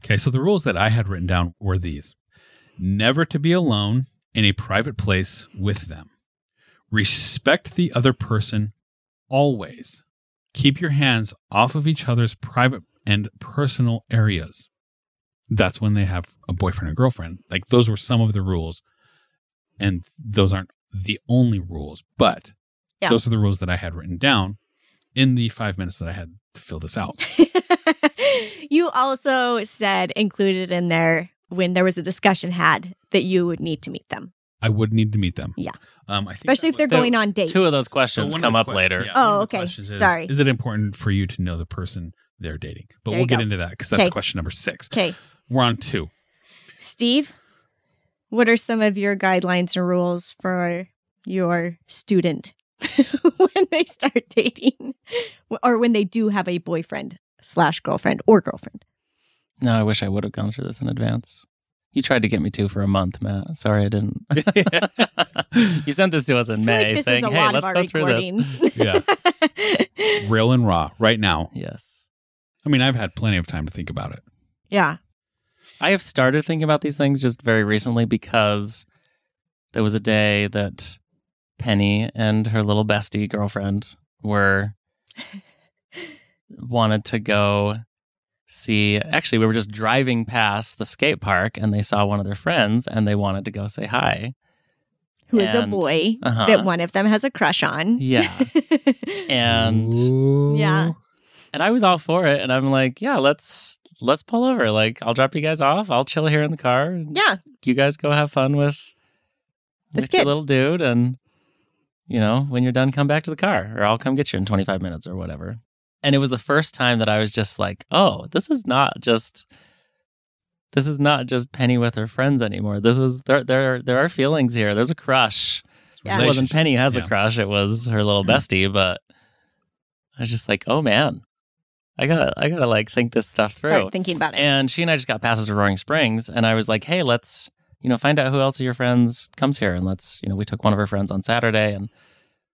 [SPEAKER 1] Okay, so the rules that I had written down were these never to be alone in a private place with them, respect the other person always, keep your hands off of each other's private and personal areas. That's when they have a boyfriend or girlfriend. Like those were some of the rules, and those aren't the only rules, but
[SPEAKER 3] Yeah.
[SPEAKER 1] those are the rules that I had written down in the five minutes that I had to fill this out.
[SPEAKER 3] you also said included in there when there was a discussion had that you would need to meet them,
[SPEAKER 1] I would need to meet them.
[SPEAKER 3] Yeah.
[SPEAKER 1] Um, I think
[SPEAKER 3] especially
[SPEAKER 1] that
[SPEAKER 3] if they're
[SPEAKER 1] was-
[SPEAKER 2] So,
[SPEAKER 3] going on dates.
[SPEAKER 2] Two of those
[SPEAKER 1] So
[SPEAKER 2] questions
[SPEAKER 1] one of
[SPEAKER 2] come
[SPEAKER 1] the
[SPEAKER 2] up
[SPEAKER 1] que-
[SPEAKER 2] later.
[SPEAKER 1] yeah, one
[SPEAKER 3] Oh,
[SPEAKER 1] of the
[SPEAKER 3] okay.
[SPEAKER 1] questions is,
[SPEAKER 3] Sorry.
[SPEAKER 1] Is it important for you to know the person they're dating? But
[SPEAKER 3] There
[SPEAKER 1] we'll
[SPEAKER 3] you
[SPEAKER 1] get
[SPEAKER 3] go.
[SPEAKER 1] into that because that's
[SPEAKER 3] Okay.
[SPEAKER 1] question number six.
[SPEAKER 3] Okay,
[SPEAKER 1] We're on two.
[SPEAKER 3] Steve, what are some of your guidelines and rules for your student when they start dating or when they do have a boyfriend slash girlfriend or girlfriend?
[SPEAKER 2] No, I wish I would have gone through this in advance. You tried to get me to for a month, Matt. Sorry, I didn't. you sent this to us in
[SPEAKER 3] I feel
[SPEAKER 2] May
[SPEAKER 3] like this
[SPEAKER 2] saying,
[SPEAKER 3] is a
[SPEAKER 2] hey,
[SPEAKER 3] lot
[SPEAKER 2] let's
[SPEAKER 3] of
[SPEAKER 2] go
[SPEAKER 3] our
[SPEAKER 2] through this.
[SPEAKER 3] recordings.
[SPEAKER 1] Yeah. Real and raw right now.
[SPEAKER 2] Yes.
[SPEAKER 1] I mean, I've had plenty of time to think about it.
[SPEAKER 3] yeah.
[SPEAKER 2] I have started thinking about these things just very recently because there was a day that Penny and her little bestie girlfriend were wanted to go see actually we were just driving past the skate park and they saw one of their friends and they wanted to go say hi.
[SPEAKER 3] Who is a
[SPEAKER 2] And-
[SPEAKER 3] boy
[SPEAKER 2] uh-huh.
[SPEAKER 3] that one of them has a crush on.
[SPEAKER 2] Yeah. And
[SPEAKER 1] Ooh.
[SPEAKER 3] Yeah.
[SPEAKER 2] and I was all for it and I'm like, yeah, let's let's pull over. Like, I'll drop you guys off. I'll chill here in the car. and
[SPEAKER 3] Yeah.
[SPEAKER 2] You guys go have fun with
[SPEAKER 3] This
[SPEAKER 2] with your
[SPEAKER 3] kid.
[SPEAKER 2] little dude. And, you know, when you're done, come back to the car or I'll come get you in 25 minutes or whatever. And it was the first time that I was just like, oh, this is not just. This is not just Penny with her friends anymore. This is there. There, there are feelings here. There's a crush.
[SPEAKER 3] Yeah.
[SPEAKER 2] It wasn't
[SPEAKER 1] Relationship.
[SPEAKER 2] Penny who has
[SPEAKER 1] Yeah.
[SPEAKER 2] a crush. It was her little bestie. But I was just like, oh man, I gotta, I gotta like think this stuff through.
[SPEAKER 3] Start thinking about it.
[SPEAKER 2] And she and I just got passes to Roaring Springs, and I was like, hey, let's you know find out who else of your friends comes here, and let's you know we took one of her friends on Saturday, and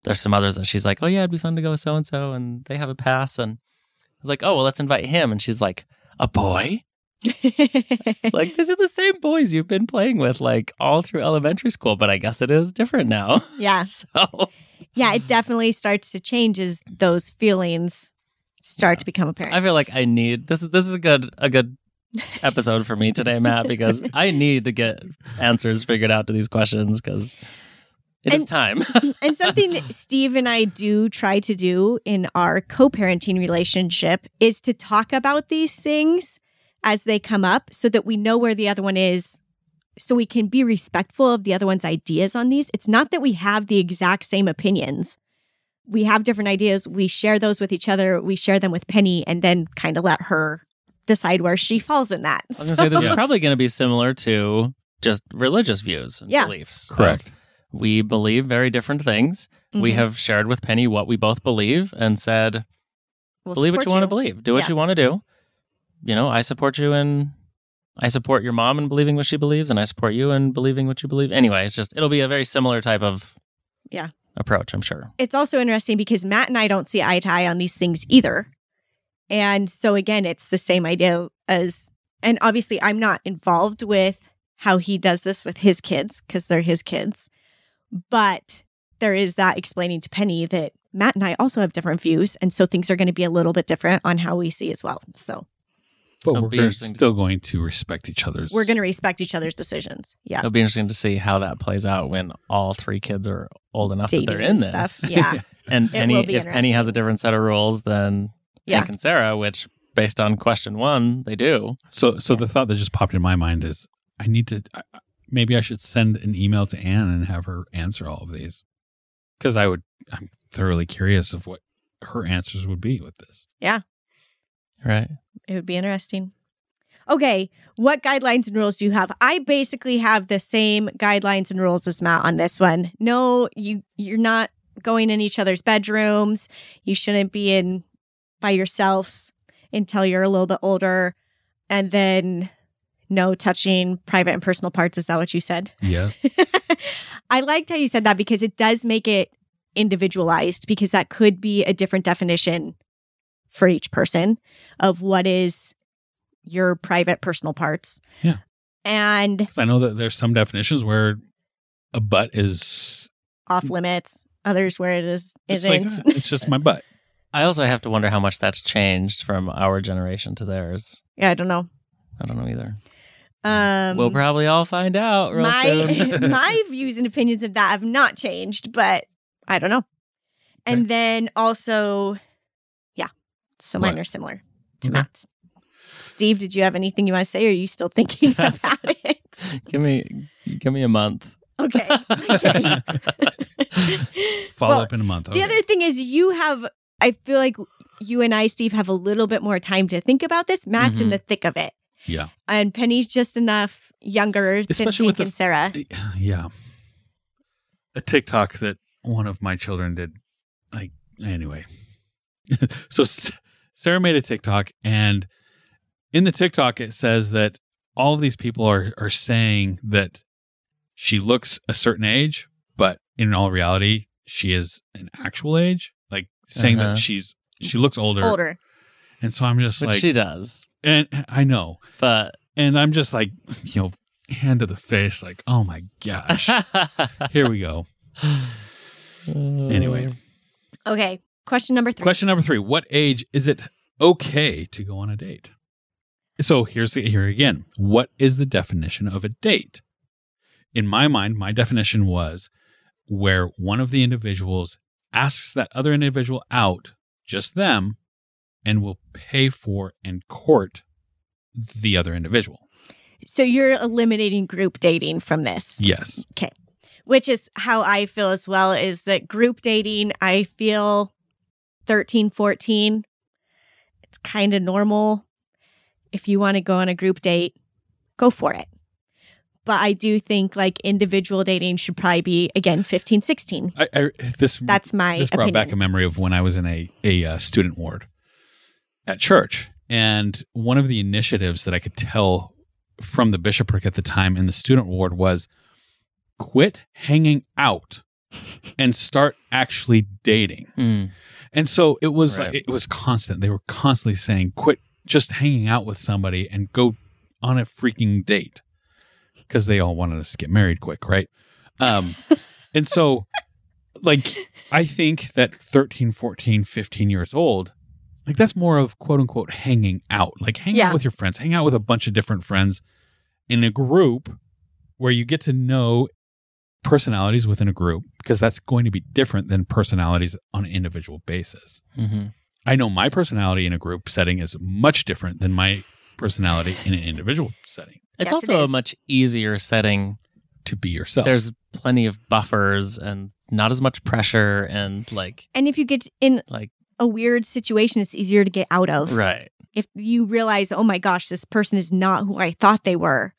[SPEAKER 2] there's some others that she's like, oh yeah, it'd be fun to go with so and so, and they have a pass, and I was like, oh well, let's invite him, and she's like, a boy. It's like these are the same boys you've been playing with like all through elementary school, but I guess it is different now.
[SPEAKER 3] yeah.
[SPEAKER 2] So
[SPEAKER 3] Yeah. It definitely starts to change as those feelings start to become
[SPEAKER 2] So
[SPEAKER 3] apparent.
[SPEAKER 2] I feel like I need this is this is a good a good episode for me today, Matt, because I need to get answers figured out to these questions because it is
[SPEAKER 3] And-
[SPEAKER 2] time.
[SPEAKER 3] and something that Steve and I do try to do in our co parenting relationship is to talk about these things as they come up so that we know where the other one is. So we can be respectful of the other one's ideas on these. It's not that we have the exact same opinions. We have different ideas. We share those with each other. We share them with Penny and then kind of let her decide where she falls in that.
[SPEAKER 2] I was gonna say this
[SPEAKER 1] Yeah.
[SPEAKER 2] is probably gonna be similar to just religious views and
[SPEAKER 3] Yeah.
[SPEAKER 2] beliefs.
[SPEAKER 1] Correct.
[SPEAKER 2] We believe very different things. We
[SPEAKER 3] Mhm.
[SPEAKER 2] have shared with Penny what we both believe and said,
[SPEAKER 3] We'll
[SPEAKER 2] believe what you
[SPEAKER 3] support
[SPEAKER 2] want to believe. Do what
[SPEAKER 3] Yeah.
[SPEAKER 2] you want to do. You know, I support you in I support your mom in believing what she believes, and I support you in believing what you believe. Anyway, it's just it'll be a very similar type of
[SPEAKER 3] Yeah.
[SPEAKER 2] approach, I'm sure.
[SPEAKER 3] it's also interesting because Matt and I don't see eye to eye on these things either. And so again, it's the same idea as and obviously I'm not involved with how he does this with his kids because they're his kids. But there is that explaining to Penny that Matt and I also have different views and so things are going to be a little bit different on how we see as well. So
[SPEAKER 1] But
[SPEAKER 2] It'll
[SPEAKER 1] we're
[SPEAKER 2] be
[SPEAKER 1] gonna-
[SPEAKER 2] interesting to-
[SPEAKER 1] still going to respect each other's.
[SPEAKER 3] we're going to respect each other's decisions. Yeah.
[SPEAKER 2] It'll be interesting to see how that plays out when all three kids are old enough that they're
[SPEAKER 3] Dating
[SPEAKER 2] in
[SPEAKER 3] and
[SPEAKER 2] this.
[SPEAKER 3] stuff. Yeah.
[SPEAKER 2] And Penny,
[SPEAKER 3] will be
[SPEAKER 2] if Penny has a
[SPEAKER 3] interesting.
[SPEAKER 2] different set of rules than
[SPEAKER 3] Yeah.
[SPEAKER 2] Hank and Sarah, which based on question one, they do.
[SPEAKER 1] So, so the thought that just popped in my mind is, I need to. I, I- maybe I should send an email to Anne and have her answer all of these, because I would. I'm thoroughly curious of what her answers would be with this.
[SPEAKER 2] Right.
[SPEAKER 3] It would be interesting. Okay, what guidelines and rules do you have? I basically have the same guidelines and rules as Matt on this one. No, you you're not going in each other's bedrooms. You shouldn't be in by yourselves until you're a little bit older. And then no touching private and personal parts. Is that what you said?
[SPEAKER 1] Yeah.
[SPEAKER 3] I liked how you said that because it does make it individualized because that could be a different definition for each person of what is your private personal parts.
[SPEAKER 1] Yeah.
[SPEAKER 3] And
[SPEAKER 1] Because I know that there's some definitions where a butt is
[SPEAKER 3] off limits, others where it is
[SPEAKER 1] it's
[SPEAKER 3] isn't.
[SPEAKER 1] like, "Ah, it's just my butt.
[SPEAKER 2] I also have to wonder how much that's changed from our generation to theirs.
[SPEAKER 3] yeah, I don't know.
[SPEAKER 2] I don't know either.
[SPEAKER 3] Um
[SPEAKER 2] we'll probably all find out real
[SPEAKER 3] my
[SPEAKER 2] soon.
[SPEAKER 3] my views and opinions of that have not changed, but I don't know. And then also, yeah, so mine
[SPEAKER 1] What?
[SPEAKER 3] are similar to
[SPEAKER 1] Okay.
[SPEAKER 3] Matt's. Steve, did you have anything you want to say? Or are you still thinking about it?
[SPEAKER 2] give me give me a month.
[SPEAKER 3] Okay. okay.
[SPEAKER 1] Follow
[SPEAKER 3] Well,
[SPEAKER 1] up in a month.
[SPEAKER 3] The
[SPEAKER 1] Okay.
[SPEAKER 3] other thing is, you have. I feel like you and I, Steve, have a little bit more time to think about this. Matt's in
[SPEAKER 2] Mhm.
[SPEAKER 3] the thick of it,
[SPEAKER 1] Mm-hmm. yeah,
[SPEAKER 3] and Penny's just enough younger
[SPEAKER 1] Especially
[SPEAKER 3] than
[SPEAKER 1] with
[SPEAKER 3] Hank
[SPEAKER 1] the-
[SPEAKER 3] and Sarah.
[SPEAKER 1] yeah. A TikTok that one of my children did. Like anyway, so S- Sarah made a TikTok, and in the TikTok it says that all of these people are are saying that she looks a certain age, but in all reality, she is an actual age. Like saying
[SPEAKER 2] Uh-huh.
[SPEAKER 1] that she's she looks older.
[SPEAKER 3] Older.
[SPEAKER 1] And so I'm just
[SPEAKER 2] Which
[SPEAKER 1] like,
[SPEAKER 2] she does.
[SPEAKER 1] and I know,
[SPEAKER 2] But
[SPEAKER 1] and I'm just like, you know, hand to the face, like, oh my gosh, here we go. Anyway.
[SPEAKER 3] Okay. Question number three.
[SPEAKER 1] Question number three: What age is it okay to go on a date? So here's the, here again. What is the definition of a date? In my mind, my definition was where one of the individuals asks that other individual out, just them, and will pay for and court the other individual.
[SPEAKER 3] So you're eliminating group dating from this.
[SPEAKER 1] Yes.
[SPEAKER 3] which is how I feel as well, is that group dating, I feel 13, 14, it's kind of normal. If you want to go on a group date, go for it. But I do think like individual dating should probably be, again, 15, 16.
[SPEAKER 1] I, I this
[SPEAKER 3] That's my
[SPEAKER 1] this brought
[SPEAKER 3] opinion.
[SPEAKER 1] back a memory of when I was in a a uh, student ward at church, and one of the initiatives that I could tell from the bishopric at the time in the student ward was quit hanging out and start actually dating.
[SPEAKER 2] Mm.
[SPEAKER 1] And so it was
[SPEAKER 2] Right.
[SPEAKER 1] it was constant. They were constantly saying, "Quit just hanging out with somebody and go on a freaking date," because they all wanted us to get married quick, right? Um, and so, like, I think that 13, 14, 15 years old, like that's more of quote unquote hanging out, like hang
[SPEAKER 3] Yeah.
[SPEAKER 1] out with your friends, hang out with a bunch of different friends in a group where you get to know personalities within a group because that's going to be different than personalities on an individual basis.
[SPEAKER 2] hmm
[SPEAKER 1] I know my personality in a group setting is much different than my personality in an individual setting
[SPEAKER 2] It's
[SPEAKER 3] Yes, it
[SPEAKER 2] also a
[SPEAKER 3] is.
[SPEAKER 2] much easier setting.
[SPEAKER 1] to be yourself.
[SPEAKER 2] There's plenty of buffers and not as much pressure and like
[SPEAKER 3] And if you get in
[SPEAKER 2] like
[SPEAKER 3] a weird situation, it's easier to get out of.
[SPEAKER 2] right.
[SPEAKER 3] If you realize, oh my gosh, this person is not who I thought they were,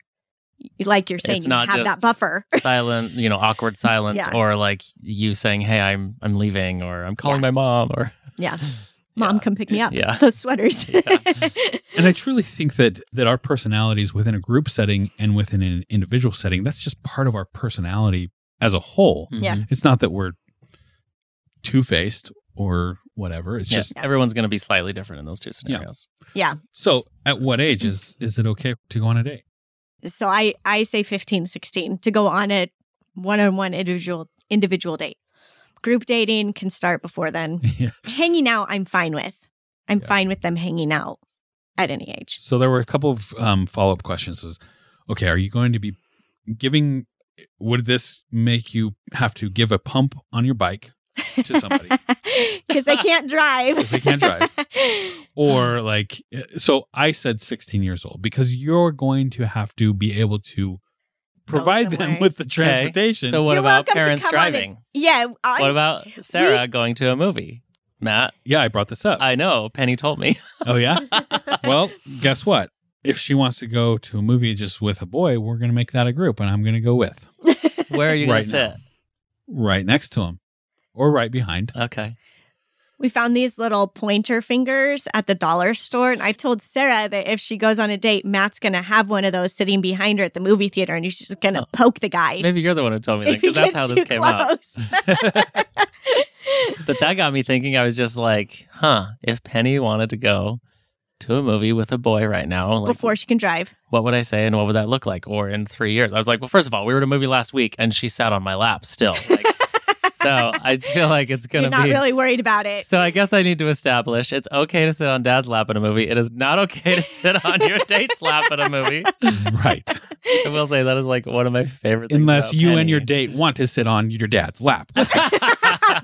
[SPEAKER 3] like you're saying,
[SPEAKER 2] It's
[SPEAKER 3] you
[SPEAKER 2] not
[SPEAKER 3] have
[SPEAKER 2] just-
[SPEAKER 3] that buffer.
[SPEAKER 2] silent, you know, awkward silence,
[SPEAKER 3] Yeah.
[SPEAKER 2] or like you saying, "Hey, I'm I'm leaving," or "I'm calling my mom," or
[SPEAKER 3] Yeah. Mom, come pick me up.
[SPEAKER 2] yeah,
[SPEAKER 3] Those sweaters.
[SPEAKER 1] and I truly think that that our personalities within a group setting and within an individual setting, that's just part of our personality as a whole.
[SPEAKER 3] Yeah.
[SPEAKER 2] Mhm.
[SPEAKER 1] It's not that we're two-faced or whatever. It's
[SPEAKER 2] Yeah.
[SPEAKER 1] just
[SPEAKER 2] everyone's going to be slightly different in those two
[SPEAKER 1] Yeah.
[SPEAKER 2] scenarios.
[SPEAKER 1] so at what age is is it okay to go on a date?
[SPEAKER 3] so I, I say 15, 16 to go on a one on one individual individual date. Group dating can start before then.
[SPEAKER 1] yeah.
[SPEAKER 3] Hanging out, I'm fine with. I'm
[SPEAKER 1] Yeah.
[SPEAKER 3] fine with them hanging out at any age.
[SPEAKER 1] So there were a couple of um, follow up questions. Was okay? Are you going to be giving? Would this make you have to give a pump on your bike to somebody,
[SPEAKER 3] Because they can't drive.
[SPEAKER 1] 'Cause they can't drive. or like? So I said sixteen years old because you're going to have to be able to provide them
[SPEAKER 3] somewhere.
[SPEAKER 1] with the
[SPEAKER 2] Okay.
[SPEAKER 1] transportation.
[SPEAKER 2] So what
[SPEAKER 3] You're
[SPEAKER 2] about
[SPEAKER 3] welcome to
[SPEAKER 2] parents
[SPEAKER 3] come on and-
[SPEAKER 2] driving?
[SPEAKER 3] yeah. I,
[SPEAKER 2] What about Sarah going to a movie? Matt,
[SPEAKER 1] yeah, I brought this up.
[SPEAKER 2] I know Penny told me.
[SPEAKER 1] oh yeah. well, guess what? If she wants to go to a movie just with a boy, we're going to make that a group, and I'm going to go with
[SPEAKER 2] Where are you going
[SPEAKER 1] Right
[SPEAKER 2] to sit?
[SPEAKER 1] right next to him or right behind.
[SPEAKER 2] Okay,
[SPEAKER 3] we found these little pointer fingers at the dollar store. And I told Sarah that if she goes on a date, Matt's going to have one of those sitting behind her at the movie theater and he's just going to
[SPEAKER 2] Oh.
[SPEAKER 3] poke the guy.
[SPEAKER 2] maybe you're the one who told me that
[SPEAKER 3] if he
[SPEAKER 2] because that's
[SPEAKER 3] gets
[SPEAKER 2] how this
[SPEAKER 3] too
[SPEAKER 2] came out. But that got me thinking. I was just like, huh, if Penny wanted to go to a movie with a boy right now, like,
[SPEAKER 3] Before she can drive.
[SPEAKER 2] what would I say and what would that look like? Or in three years, I was like, well, first of all, we were at a movie last week and she sat on my lap still. Like, so I feel like it's going
[SPEAKER 3] You're
[SPEAKER 2] to
[SPEAKER 3] not
[SPEAKER 2] be.
[SPEAKER 3] really worried about it.
[SPEAKER 2] so I guess I need to establish it's okay to sit on dad's lap in a movie. It is not okay to sit on your date's lap in a movie.
[SPEAKER 1] right.
[SPEAKER 2] I will say that is like one of my favorite things.
[SPEAKER 1] Unless
[SPEAKER 2] about
[SPEAKER 1] you and
[SPEAKER 2] Penny.
[SPEAKER 1] your date want to sit on your dad's lap.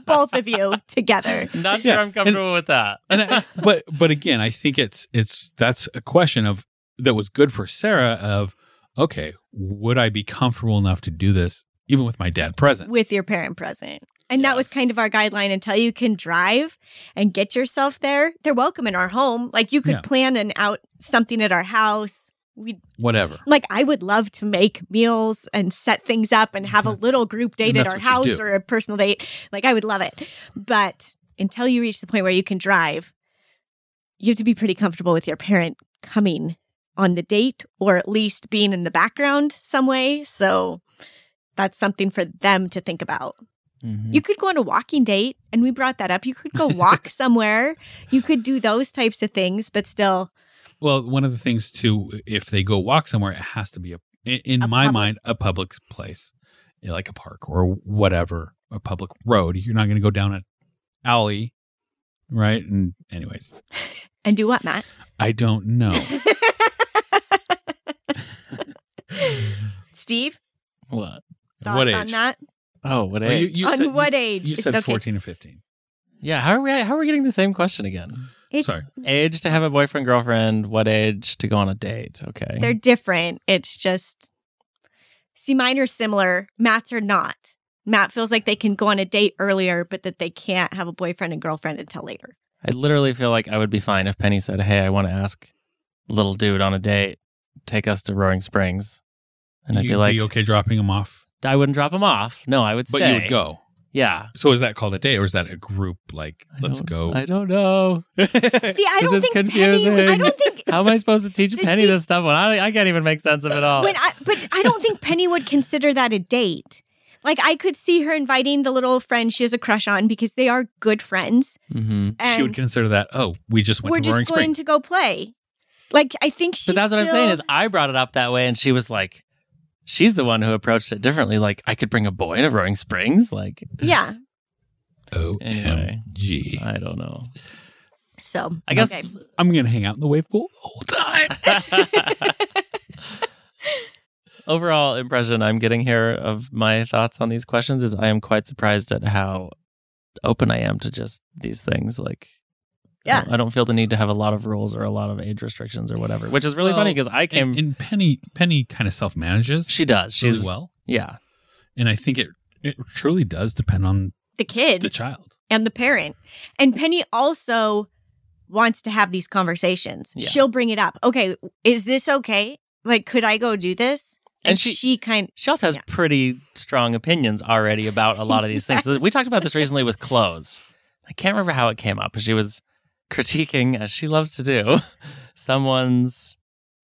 [SPEAKER 3] Both of you together.
[SPEAKER 2] Not sure
[SPEAKER 1] Yeah,
[SPEAKER 2] I'm comfortable with that.
[SPEAKER 1] And I- but but again, I think it's it's that's a question of that was good for Sarah of okay, would I be comfortable enough to do this even with my dad present?
[SPEAKER 3] with your parent present. And
[SPEAKER 2] Yeah.
[SPEAKER 3] that was kind of our guideline until you can drive and get yourself there. They're welcome in our home. Like you could
[SPEAKER 1] Yeah.
[SPEAKER 3] plan an out something at our house. We
[SPEAKER 1] Whatever.
[SPEAKER 3] like I would love to make meals and set things up and have a
[SPEAKER 1] That's-
[SPEAKER 3] little group date
[SPEAKER 1] and
[SPEAKER 3] at
[SPEAKER 1] that's
[SPEAKER 3] our
[SPEAKER 1] what you
[SPEAKER 3] house
[SPEAKER 1] do.
[SPEAKER 3] or a personal date. Like I would love it. But until you reach the point where you can drive, you have to be pretty comfortable with your parent coming on the date or at least being in the background some way. So that's something for them to think about.
[SPEAKER 1] Mm.
[SPEAKER 2] Mm-hmm.
[SPEAKER 3] You could go on a walking date, and we brought that up. You could go walk somewhere. You could do those types of things, but still,
[SPEAKER 1] Well, one of the things too, if they go walk somewhere, it has to be a in- in
[SPEAKER 3] A
[SPEAKER 1] my
[SPEAKER 3] public-
[SPEAKER 1] mind a public place, you know, like a park or whatever, a public road. You're not going to go down an alley, right? And anyways,
[SPEAKER 3] and do what, Matt?
[SPEAKER 1] I don't know.
[SPEAKER 3] Steve,
[SPEAKER 2] What?
[SPEAKER 3] thoughts
[SPEAKER 1] what age?
[SPEAKER 3] on that?
[SPEAKER 2] Oh, what
[SPEAKER 1] Well, you-
[SPEAKER 2] age?
[SPEAKER 1] you
[SPEAKER 3] on
[SPEAKER 1] said-
[SPEAKER 3] what age?
[SPEAKER 1] You
[SPEAKER 3] It's
[SPEAKER 1] said
[SPEAKER 3] okay.
[SPEAKER 1] 14 or 15.
[SPEAKER 2] yeah. How are we? How are we getting the same question again?
[SPEAKER 3] It's
[SPEAKER 1] Sorry.
[SPEAKER 2] Age to have a boyfriend, girlfriend, what age to go on a date? Okay.
[SPEAKER 3] they're different. It's just see mine are similar. Matt's are not. Matt feels like they can go on a date earlier, but that they can't have a boyfriend and girlfriend until later.
[SPEAKER 2] I literally feel like I would be fine if Penny said, Hey, I want to ask little dude on a date, take us to Roaring Springs. And I'd
[SPEAKER 1] You'd
[SPEAKER 2] be like,
[SPEAKER 1] be okay dropping him off,
[SPEAKER 2] I wouldn't drop him off. No, I would
[SPEAKER 1] but
[SPEAKER 2] stay.
[SPEAKER 1] you would go.
[SPEAKER 2] Yeah.
[SPEAKER 1] So is that called a date, or is that a group? Like,
[SPEAKER 2] I
[SPEAKER 1] let's
[SPEAKER 2] don't-
[SPEAKER 1] go.
[SPEAKER 2] I don't know.
[SPEAKER 1] Eh,
[SPEAKER 3] See, I
[SPEAKER 2] This
[SPEAKER 3] don't
[SPEAKER 2] is
[SPEAKER 3] think
[SPEAKER 2] confusing.
[SPEAKER 3] Penny. I don't think
[SPEAKER 2] How am I supposed to teach
[SPEAKER 3] So
[SPEAKER 2] Penny
[SPEAKER 3] Steve-
[SPEAKER 2] this stuff when I, I can't even make sense of it all?
[SPEAKER 3] when I, but I don't think Penny would consider that a date. Like I could see her inviting the little friend she has a crush on because they are good friends,
[SPEAKER 2] mm-hmm.
[SPEAKER 3] and
[SPEAKER 1] she would consider that. Oh, we just went
[SPEAKER 3] Um, we're
[SPEAKER 1] to
[SPEAKER 3] just
[SPEAKER 1] Roaring
[SPEAKER 3] going
[SPEAKER 1] Springs.
[SPEAKER 3] to go play. Like I think she.
[SPEAKER 2] But that's what I'm saying
[SPEAKER 3] still-
[SPEAKER 2] is I brought it up that way, and she was like, she's the one who approached it differently. Like, I could bring a boy to Roaring Springs. Like,
[SPEAKER 3] yeah.
[SPEAKER 2] Anyway.
[SPEAKER 1] OMG.
[SPEAKER 2] I don't know.
[SPEAKER 3] So
[SPEAKER 2] I guess
[SPEAKER 3] okay.
[SPEAKER 1] I'm going to hang out in the wave pool the whole time.
[SPEAKER 2] overall impression I'm getting here of my thoughts on these questions is I am quite surprised at how open I am to just these things. Like, I
[SPEAKER 3] Yeah.
[SPEAKER 2] don't- I don't feel the need to have a lot of rules or a lot of age restrictions or whatever, which is really
[SPEAKER 1] Well,
[SPEAKER 2] funny because I came.
[SPEAKER 1] And, and Penny Penny kind of self manages.
[SPEAKER 2] Um, she does. She's
[SPEAKER 1] really well,
[SPEAKER 2] yeah.
[SPEAKER 1] and I think it it truly does depend on
[SPEAKER 3] the kid.
[SPEAKER 1] the child.
[SPEAKER 3] and the parent. And Penny also wants to have these conversations.
[SPEAKER 2] Yeah.
[SPEAKER 3] She'll bring it up. Okay, is this okay? Like, could I go do this? And,
[SPEAKER 2] And she-
[SPEAKER 3] she, kind
[SPEAKER 2] She also has
[SPEAKER 3] Yeah.
[SPEAKER 2] pretty strong opinions already about a lot of these things. So we talked about this recently with clothes. I can't remember how it came up, but she was critiquing, as she loves to do, someone's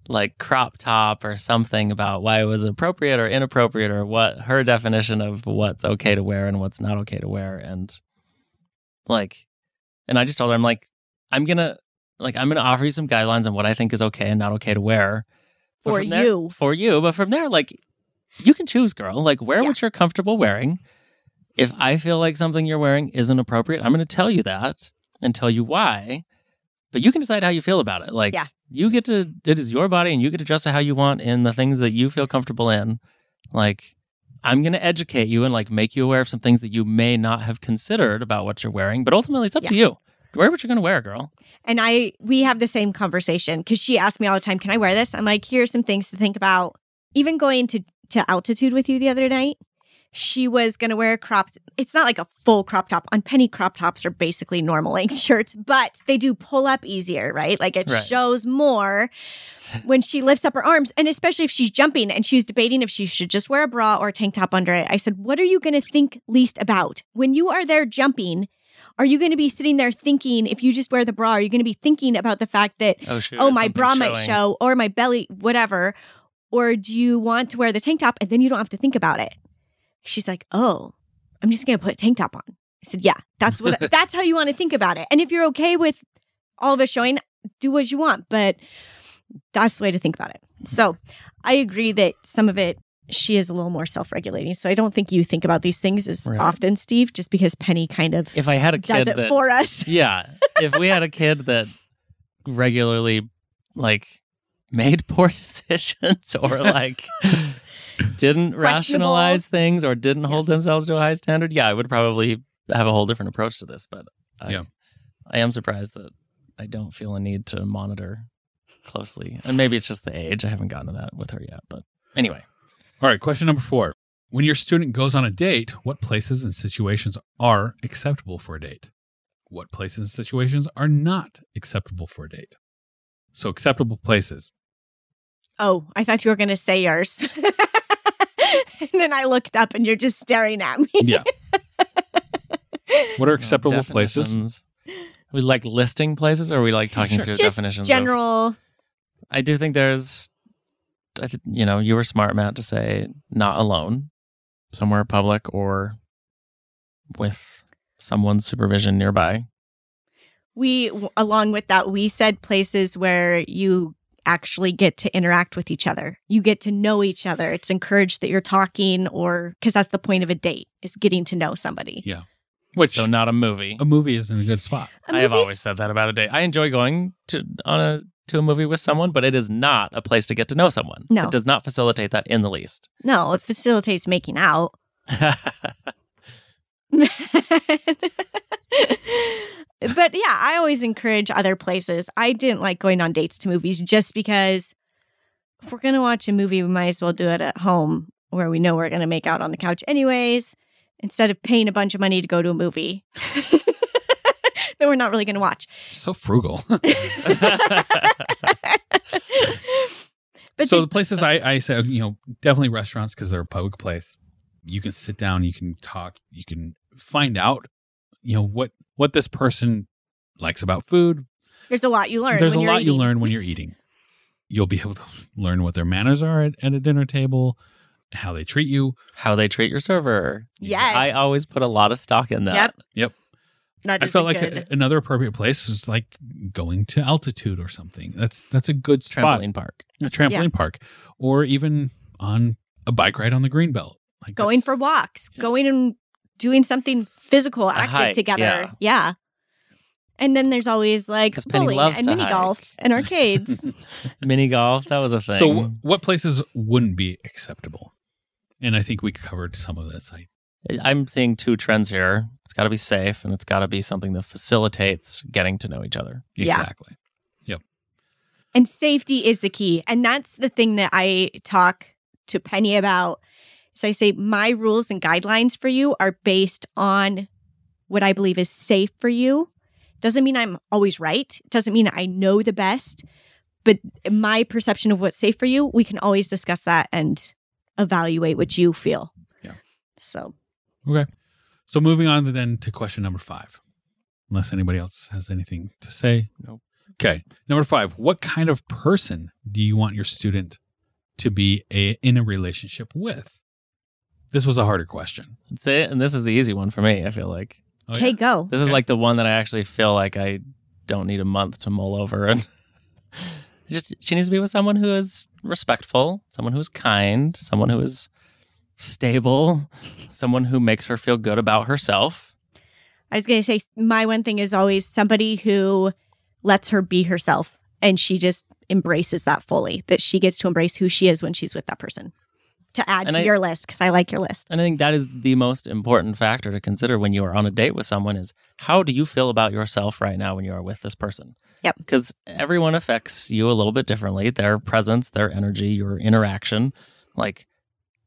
[SPEAKER 2] like crop top or something about why it was appropriate or inappropriate or what her definition of what's okay to wear and what's not okay to wear. And like, and I just told her, I'm like, I'm going to, like, I'm going to offer you some guidelines on what I think is okay and not okay to wear. But
[SPEAKER 3] For
[SPEAKER 2] from there-
[SPEAKER 3] you.
[SPEAKER 2] For you. But from there, like, you can choose, girl. Like, wear
[SPEAKER 3] Yeah.
[SPEAKER 2] what you're comfortable wearing. If I feel like something you're wearing isn't appropriate, I'm going to tell you that and tell you why. But you can decide how you feel about it. Like,
[SPEAKER 3] Yeah.
[SPEAKER 2] you get to, it is your body and you get to dress it how you want in the things that you feel comfortable in. Like, I'm going to educate you and like make you aware of some things that you may not have considered about what you're wearing. But ultimately, it's up to you. Wear what you're going to wear, girl.
[SPEAKER 3] and I we have the same conversation because she asks me all the time, "Can I wear this?" I'm like, "Here's some things to think about." Even going to to altitude with you the other night, she was gonna wear a crop. It's not like a full crop top. On Penny, crop tops are basically normal length shirts, but they do pull up easier, right? Like it
[SPEAKER 2] Right.
[SPEAKER 3] shows more when she lifts up her arms, and especially if she's jumping. And she was debating if she should just wear a bra or a tank top under it. I said, "What are you gonna think least about when you are there jumping?" Are you going to be sitting there thinking if you just wear the bra? Are you going to be thinking about the fact that
[SPEAKER 2] Oh, shoot.
[SPEAKER 3] oh my
[SPEAKER 2] something's
[SPEAKER 3] bra might
[SPEAKER 2] showing.
[SPEAKER 3] show or my belly whatever, or do you want to wear the tank top and then you don't have to think about it? She's like, oh, I'm just going to put a tank top on. I said, yeah, that's what that's how you want to think about it. And if you're okay with all of us showing, do what you want, but that's the way to think about it. So I agree that some of it. She is a little more self regulating. So I don't think you think about these things as
[SPEAKER 2] Right.
[SPEAKER 3] often, Steve, just because Penny kind of
[SPEAKER 2] If I had a kid
[SPEAKER 3] does it
[SPEAKER 2] that
[SPEAKER 3] for us.
[SPEAKER 2] Yeah. If we had a kid that regularly like made poor decisions or like didn't rationalize things or didn't hold themselves to a high standard, yeah, I would probably have a whole different approach to this. But I,
[SPEAKER 1] Yeah.
[SPEAKER 2] I am surprised that I don't feel a need to monitor closely. And maybe it's just the age. I haven't gotten to that with her yet. But anyway.
[SPEAKER 1] All right, question number four. When your student goes on a date, what places and situations are acceptable for a date? What places and situations are not acceptable for a date? So, acceptable places.
[SPEAKER 3] Oh, I thought you were going to say yours. and then I looked up and you're just staring at me.
[SPEAKER 1] Yeah. what are
[SPEAKER 2] you know,
[SPEAKER 1] acceptable places?
[SPEAKER 2] definitions. We like listing places or are we like talking
[SPEAKER 1] Sure.
[SPEAKER 2] through
[SPEAKER 3] just
[SPEAKER 2] definitions? of-
[SPEAKER 3] general.
[SPEAKER 2] I do think there's, I th- you know, you were smart, Matt, to say not alone, somewhere public or with someone's supervision nearby.
[SPEAKER 3] we, w- along with that, we said places where you actually get to interact with each other. You get to know each other. It's encouraged that you're talking or because that's the point of a date is getting to know somebody.
[SPEAKER 1] Yeah. Which
[SPEAKER 2] So not a movie.
[SPEAKER 1] a movie isn't a good spot.
[SPEAKER 3] A
[SPEAKER 2] I have
[SPEAKER 3] movie's-
[SPEAKER 2] always said that about a date. I enjoy going to on a to a movie with someone, but it is not a place to get to know someone.
[SPEAKER 3] No.
[SPEAKER 2] It does not facilitate that in the least.
[SPEAKER 3] No, it facilitates making out. but yeah, I always encourage other places. I didn't like going on dates to movies just because if we're going to watch a movie, we might as well do it at home where we know we're going to make out on the couch anyways, instead of paying a bunch of money to go to a movie that we're not really going to watch.
[SPEAKER 1] So frugal.
[SPEAKER 3] but
[SPEAKER 1] so
[SPEAKER 3] to-
[SPEAKER 1] the places I, I say, you know, definitely restaurants because they're a public place. You can sit down, you can talk, you can find out, you know, what what this person likes about food.
[SPEAKER 3] there's a lot you learn.
[SPEAKER 1] There's a
[SPEAKER 3] when you're
[SPEAKER 1] lot you
[SPEAKER 3] eating.
[SPEAKER 1] learn when you're eating. You'll be able to learn what their manners are at, at a dinner table, how they treat you.
[SPEAKER 2] How they treat your server.
[SPEAKER 3] Yes.
[SPEAKER 2] I always put a lot of stock in that.
[SPEAKER 3] Yep.
[SPEAKER 1] Yep.
[SPEAKER 3] That
[SPEAKER 1] I
[SPEAKER 3] is
[SPEAKER 1] felt
[SPEAKER 3] a
[SPEAKER 1] like
[SPEAKER 3] good.
[SPEAKER 1] a, another appropriate place is like going to altitude or something. That's that's a good spot.
[SPEAKER 2] Trampoline park.
[SPEAKER 1] a trampoline park, or even on a bike ride on the green belt. Like
[SPEAKER 3] going
[SPEAKER 1] that's-
[SPEAKER 3] for walks, going and doing something physical, active
[SPEAKER 2] hike,
[SPEAKER 3] together.
[SPEAKER 2] yeah.
[SPEAKER 3] Yeah. And then there's always like
[SPEAKER 2] 'Cause Penny
[SPEAKER 3] bowling
[SPEAKER 2] loves
[SPEAKER 3] and
[SPEAKER 2] to
[SPEAKER 3] mini golf
[SPEAKER 2] hike.
[SPEAKER 3] and arcades.
[SPEAKER 2] Mini golf. That was a thing.
[SPEAKER 1] So, wh- what places wouldn't be acceptable? And I think we covered some of this. I,
[SPEAKER 2] I'm seeing two trends here. It's got to be safe and it's got to be something that facilitates getting to know each other.
[SPEAKER 3] Yeah.
[SPEAKER 1] Exactly.
[SPEAKER 3] and safety is the key. And that's the thing that I talk to Penny about. So I say my rules and guidelines for you are based on what I believe is safe for you. Doesn't mean I'm always right. Doesn't mean I know the best, but my perception of what's safe for you, we can always discuss that and evaluate what you feel.
[SPEAKER 1] Yeah.
[SPEAKER 3] So
[SPEAKER 1] Okay. So, moving on then to question number five, unless anybody else has anything to say.
[SPEAKER 2] Nope.
[SPEAKER 1] Okay. Number five, what kind of person do you want your student to be a, in a relationship with? This was a harder question.
[SPEAKER 2] That's it. And this is the easy one for me, I feel like.
[SPEAKER 1] Oh,
[SPEAKER 3] okay, go.
[SPEAKER 2] This is
[SPEAKER 1] Okay.
[SPEAKER 2] like the one that I actually feel like I don't need a month to mull over. And just she needs to be with someone who is respectful, someone who is kind, someone who is stable, someone who makes her feel good about herself.
[SPEAKER 3] I was going to say my one thing is always somebody who lets her be herself and she just embraces that fully, that she gets to embrace who she is when she's with that person. To add
[SPEAKER 2] And
[SPEAKER 3] to
[SPEAKER 2] I-
[SPEAKER 3] your list, because I like your list.
[SPEAKER 2] And I think that is the most important factor to consider when you are on a date with someone is how do you feel about yourself right now when you are with this person?
[SPEAKER 3] Yep.
[SPEAKER 2] Because everyone affects you a little bit differently their presence, their energy, your interaction. Like,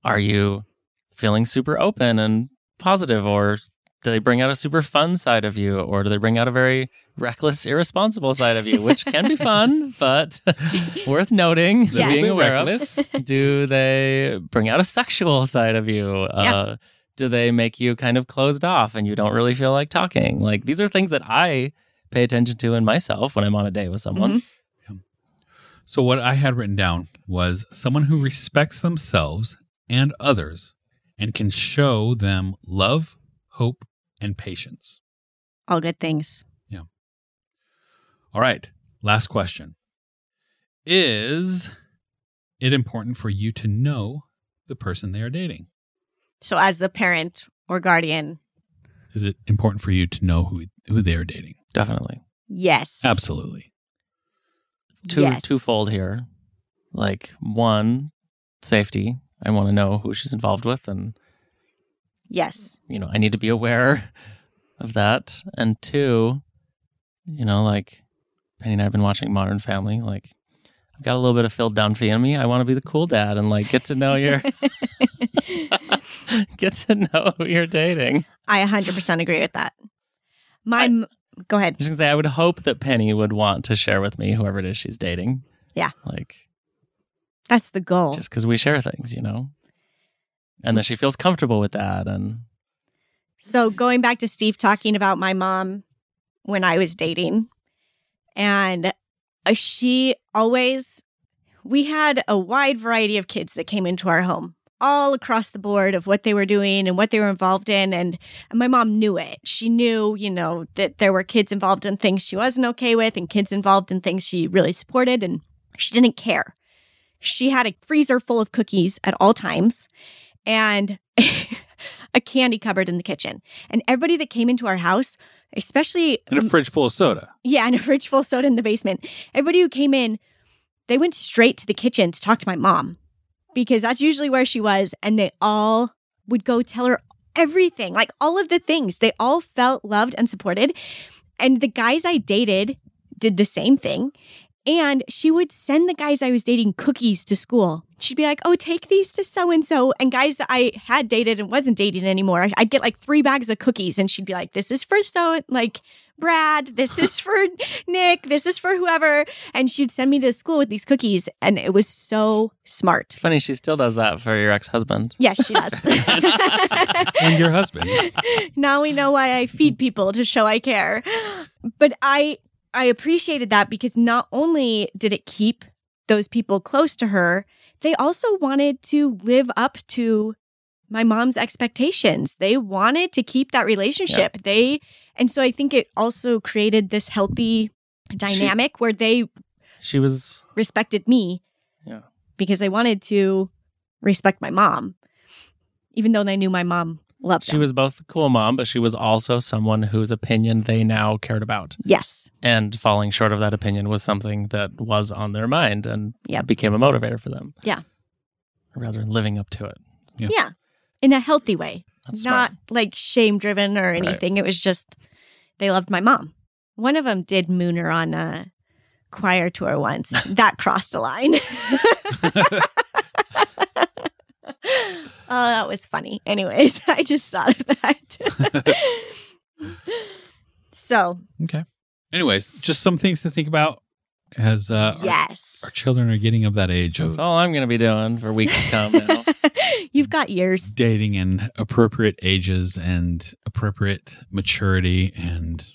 [SPEAKER 2] are you feeling super open and positive, or do they bring out a super fun side of you, or do they bring out a very reckless, irresponsible side of you, which can be fun, but worth noting,
[SPEAKER 3] Yes.
[SPEAKER 2] being aware of
[SPEAKER 1] Reckless.
[SPEAKER 2] do they bring out a sexual side of you? Uh, do they make you kind of closed off and you don't really feel like talking? Like these are things that I pay attention to in myself when I'm on a date with someone.
[SPEAKER 1] So what I had written down was someone who respects themselves and others and can show them love, hope, and patience.
[SPEAKER 3] All good things.
[SPEAKER 1] All right, last question. Is it important for you to know the person they are dating?
[SPEAKER 3] So, as the parent or guardian,
[SPEAKER 1] Is it important for you to know who who they are dating?
[SPEAKER 2] Definitely.
[SPEAKER 3] yes.
[SPEAKER 1] Absolutely.
[SPEAKER 2] Two
[SPEAKER 3] Yes.
[SPEAKER 2] twofold here. Like one, safety. I want to know who she's involved with and
[SPEAKER 3] Yes.
[SPEAKER 2] you know, I need to be aware of that. And two, you know, like Penny and I have been watching Modern Family. Like, I've got a little bit of Phil Dunphy in me. I want to be the cool dad and like get to know your get to know who you're dating.
[SPEAKER 3] I 100% agree with that. My, m go ahead.
[SPEAKER 2] I'm just gonna say, I would hope that Penny would want to share with me whoever it is she's dating.
[SPEAKER 3] Yeah.
[SPEAKER 2] like
[SPEAKER 3] That's the goal.
[SPEAKER 2] just because we share things, you know, and that she feels comfortable with that. And
[SPEAKER 3] So going back to Steve talking about my mom when I was dating, and uh, she always, we had a wide variety of kids that came into our home, all across the board of what they were doing and what they were involved in, and, and my mom knew it. She knew, you know, that there were kids involved in things she wasn't okay with, and kids involved in things she really supported, and she didn't care. She had a freezer full of cookies at all times, and. a candy cupboard in the kitchen. And everybody that came into our house, especially
[SPEAKER 1] And a fridge full of soda.
[SPEAKER 3] yeah, and a fridge full of soda in the basement. Everybody who came in, they went straight to the kitchen to talk to my mom because that's usually where she was. And they all would go tell her everything, like all of the things. They all felt loved and supported. And the guys I dated did the same thing. And she would send the guys I was dating cookies to school. She'd be like, oh, take these to so and so. And guys that I had dated and wasn't dating anymore, I- I'd get like three bags of cookies. And she'd be like, this is for so, like Brad, this is for Nick, this is for whoever. And she'd send me to school with these cookies. And it was so smart.
[SPEAKER 2] It's funny, she still does that for your ex husband.
[SPEAKER 3] Yes, she does.
[SPEAKER 1] and your husband.
[SPEAKER 3] now we know why I feed people to show I care. But I I appreciated that because not only did it keep those people close to her, they also wanted to live up to my mom's expectations. They wanted to keep that relationship. They and so I think it also created this healthy dynamic where they
[SPEAKER 2] She was
[SPEAKER 3] respected me
[SPEAKER 2] Yeah.
[SPEAKER 3] because they wanted to respect my mom, even though they knew my mom loved
[SPEAKER 2] she
[SPEAKER 3] them.
[SPEAKER 2] was both a cool mom, but she was also someone whose opinion they now cared about.
[SPEAKER 3] yes.
[SPEAKER 2] And falling short of that opinion was something that was on their mind and
[SPEAKER 3] Yep.
[SPEAKER 2] became a motivator for them.
[SPEAKER 3] Yeah.
[SPEAKER 2] Rather than living up to it.
[SPEAKER 1] Yeah.
[SPEAKER 3] Yeah. In a healthy way.
[SPEAKER 2] That's
[SPEAKER 3] Not
[SPEAKER 2] smart.
[SPEAKER 3] like shame driven or
[SPEAKER 2] Right.
[SPEAKER 3] anything. It was just they loved my mom. One of them did mooner on a choir tour once. that crossed a line. oh, that was funny. Anyways, I just thought of that. so,
[SPEAKER 1] Okay. Anyways, just some things to think about as uh, our-
[SPEAKER 3] yes.
[SPEAKER 1] our, children are getting of that age
[SPEAKER 2] That's
[SPEAKER 1] of
[SPEAKER 2] all I'm going to be doing for weeks to come now.
[SPEAKER 3] You've got years.
[SPEAKER 1] dating and appropriate ages and appropriate maturity and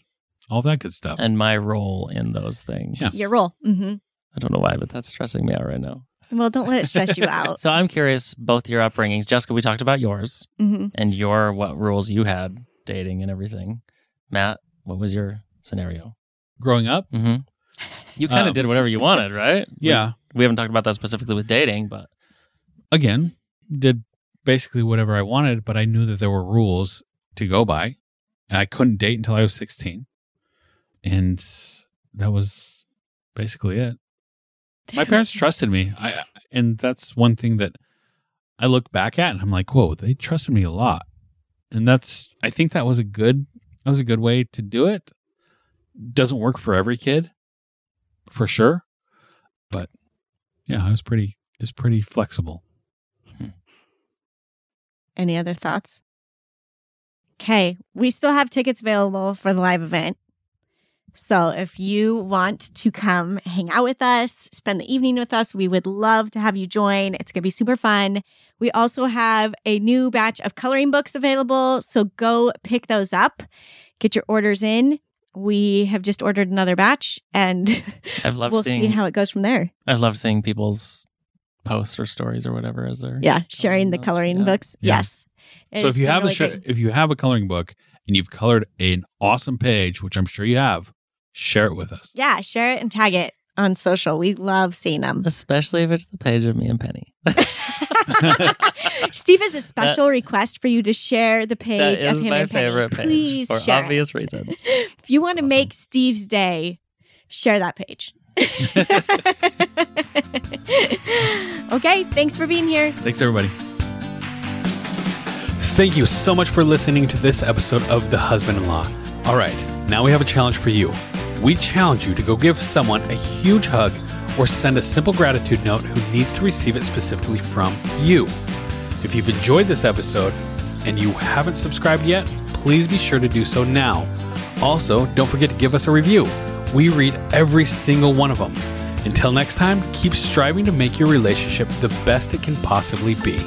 [SPEAKER 1] all that good stuff.
[SPEAKER 2] and my role in those things.
[SPEAKER 1] Yeah.
[SPEAKER 3] Your role. hmm
[SPEAKER 2] I don't know why, but that's stressing me out right now.
[SPEAKER 3] Well, don't let it stress you out.
[SPEAKER 2] So I'm curious, both your upbringings. Jessica, we talked about yours
[SPEAKER 3] hmm
[SPEAKER 2] and your what rules you had dating and everything. Matt, what was your scenario?
[SPEAKER 1] Growing up,
[SPEAKER 2] Mm-hmm. You kind of
[SPEAKER 1] Um,
[SPEAKER 2] did whatever you wanted, right?
[SPEAKER 1] yeah,
[SPEAKER 2] We, we haven't talked about that specifically with dating, but
[SPEAKER 1] again, did basically whatever I wanted, but I knew that there were rules to go by. And I couldn't date until I was 16. And that was basically it. My parents trusted me. I I- and that's one thing that I look back at and I'm like, "Whoa, they trusted me a lot." And that's I think that was a good that was a good way to do it. Doesn't work for every kid, for sure. But yeah, I was pretty it was pretty flexible.
[SPEAKER 3] Any other thoughts? Okay, we still have tickets available for the live event. So if you want to come hang out with us, spend the evening with us, we would love to have you join. It's going to be super fun. We also have a new batch of coloring books available. So go pick those up, get your orders in. We have just ordered another batch and
[SPEAKER 2] I've loved
[SPEAKER 3] we'll see
[SPEAKER 2] seeing
[SPEAKER 3] how it goes from there.
[SPEAKER 2] I've loved seeing people's posts or stories or whatever as they're
[SPEAKER 3] Yeah, sharing the
[SPEAKER 2] those,
[SPEAKER 3] coloring
[SPEAKER 2] yeah.
[SPEAKER 3] books.
[SPEAKER 1] Yeah.
[SPEAKER 3] Yes.
[SPEAKER 1] So if
[SPEAKER 3] It's
[SPEAKER 1] you
[SPEAKER 3] been
[SPEAKER 1] have a
[SPEAKER 3] really
[SPEAKER 1] sh-
[SPEAKER 3] great.
[SPEAKER 1] if you have a coloring book and you've colored an awesome page, which I'm sure you have, share it with us.
[SPEAKER 3] Yeah, share it and tag it on social. We love seeing them.
[SPEAKER 2] especially if it's the page of me and Penny.
[SPEAKER 3] Steve has a special request for you to share the page
[SPEAKER 2] that
[SPEAKER 3] of
[SPEAKER 2] is
[SPEAKER 3] him
[SPEAKER 2] my
[SPEAKER 3] and Penny.
[SPEAKER 2] favorite page
[SPEAKER 3] Please
[SPEAKER 2] for
[SPEAKER 3] share. it.
[SPEAKER 2] obvious reasons.
[SPEAKER 3] If you want to
[SPEAKER 1] That's awesome.
[SPEAKER 3] make Steve's day, share that page. okay, thanks for being here.
[SPEAKER 1] Thanks everybody. Thank you so much for listening to this episode of The Husband in Law. All right, now we have a challenge for you. We challenge you to go give someone a huge hug or send a simple gratitude note who needs to receive it specifically from you. If you've enjoyed this episode and you haven't subscribed yet, please be sure to do so now. Also, don't forget to give us a review. We read every single one of them. Until next time, keep striving to make your relationship the best it can possibly be.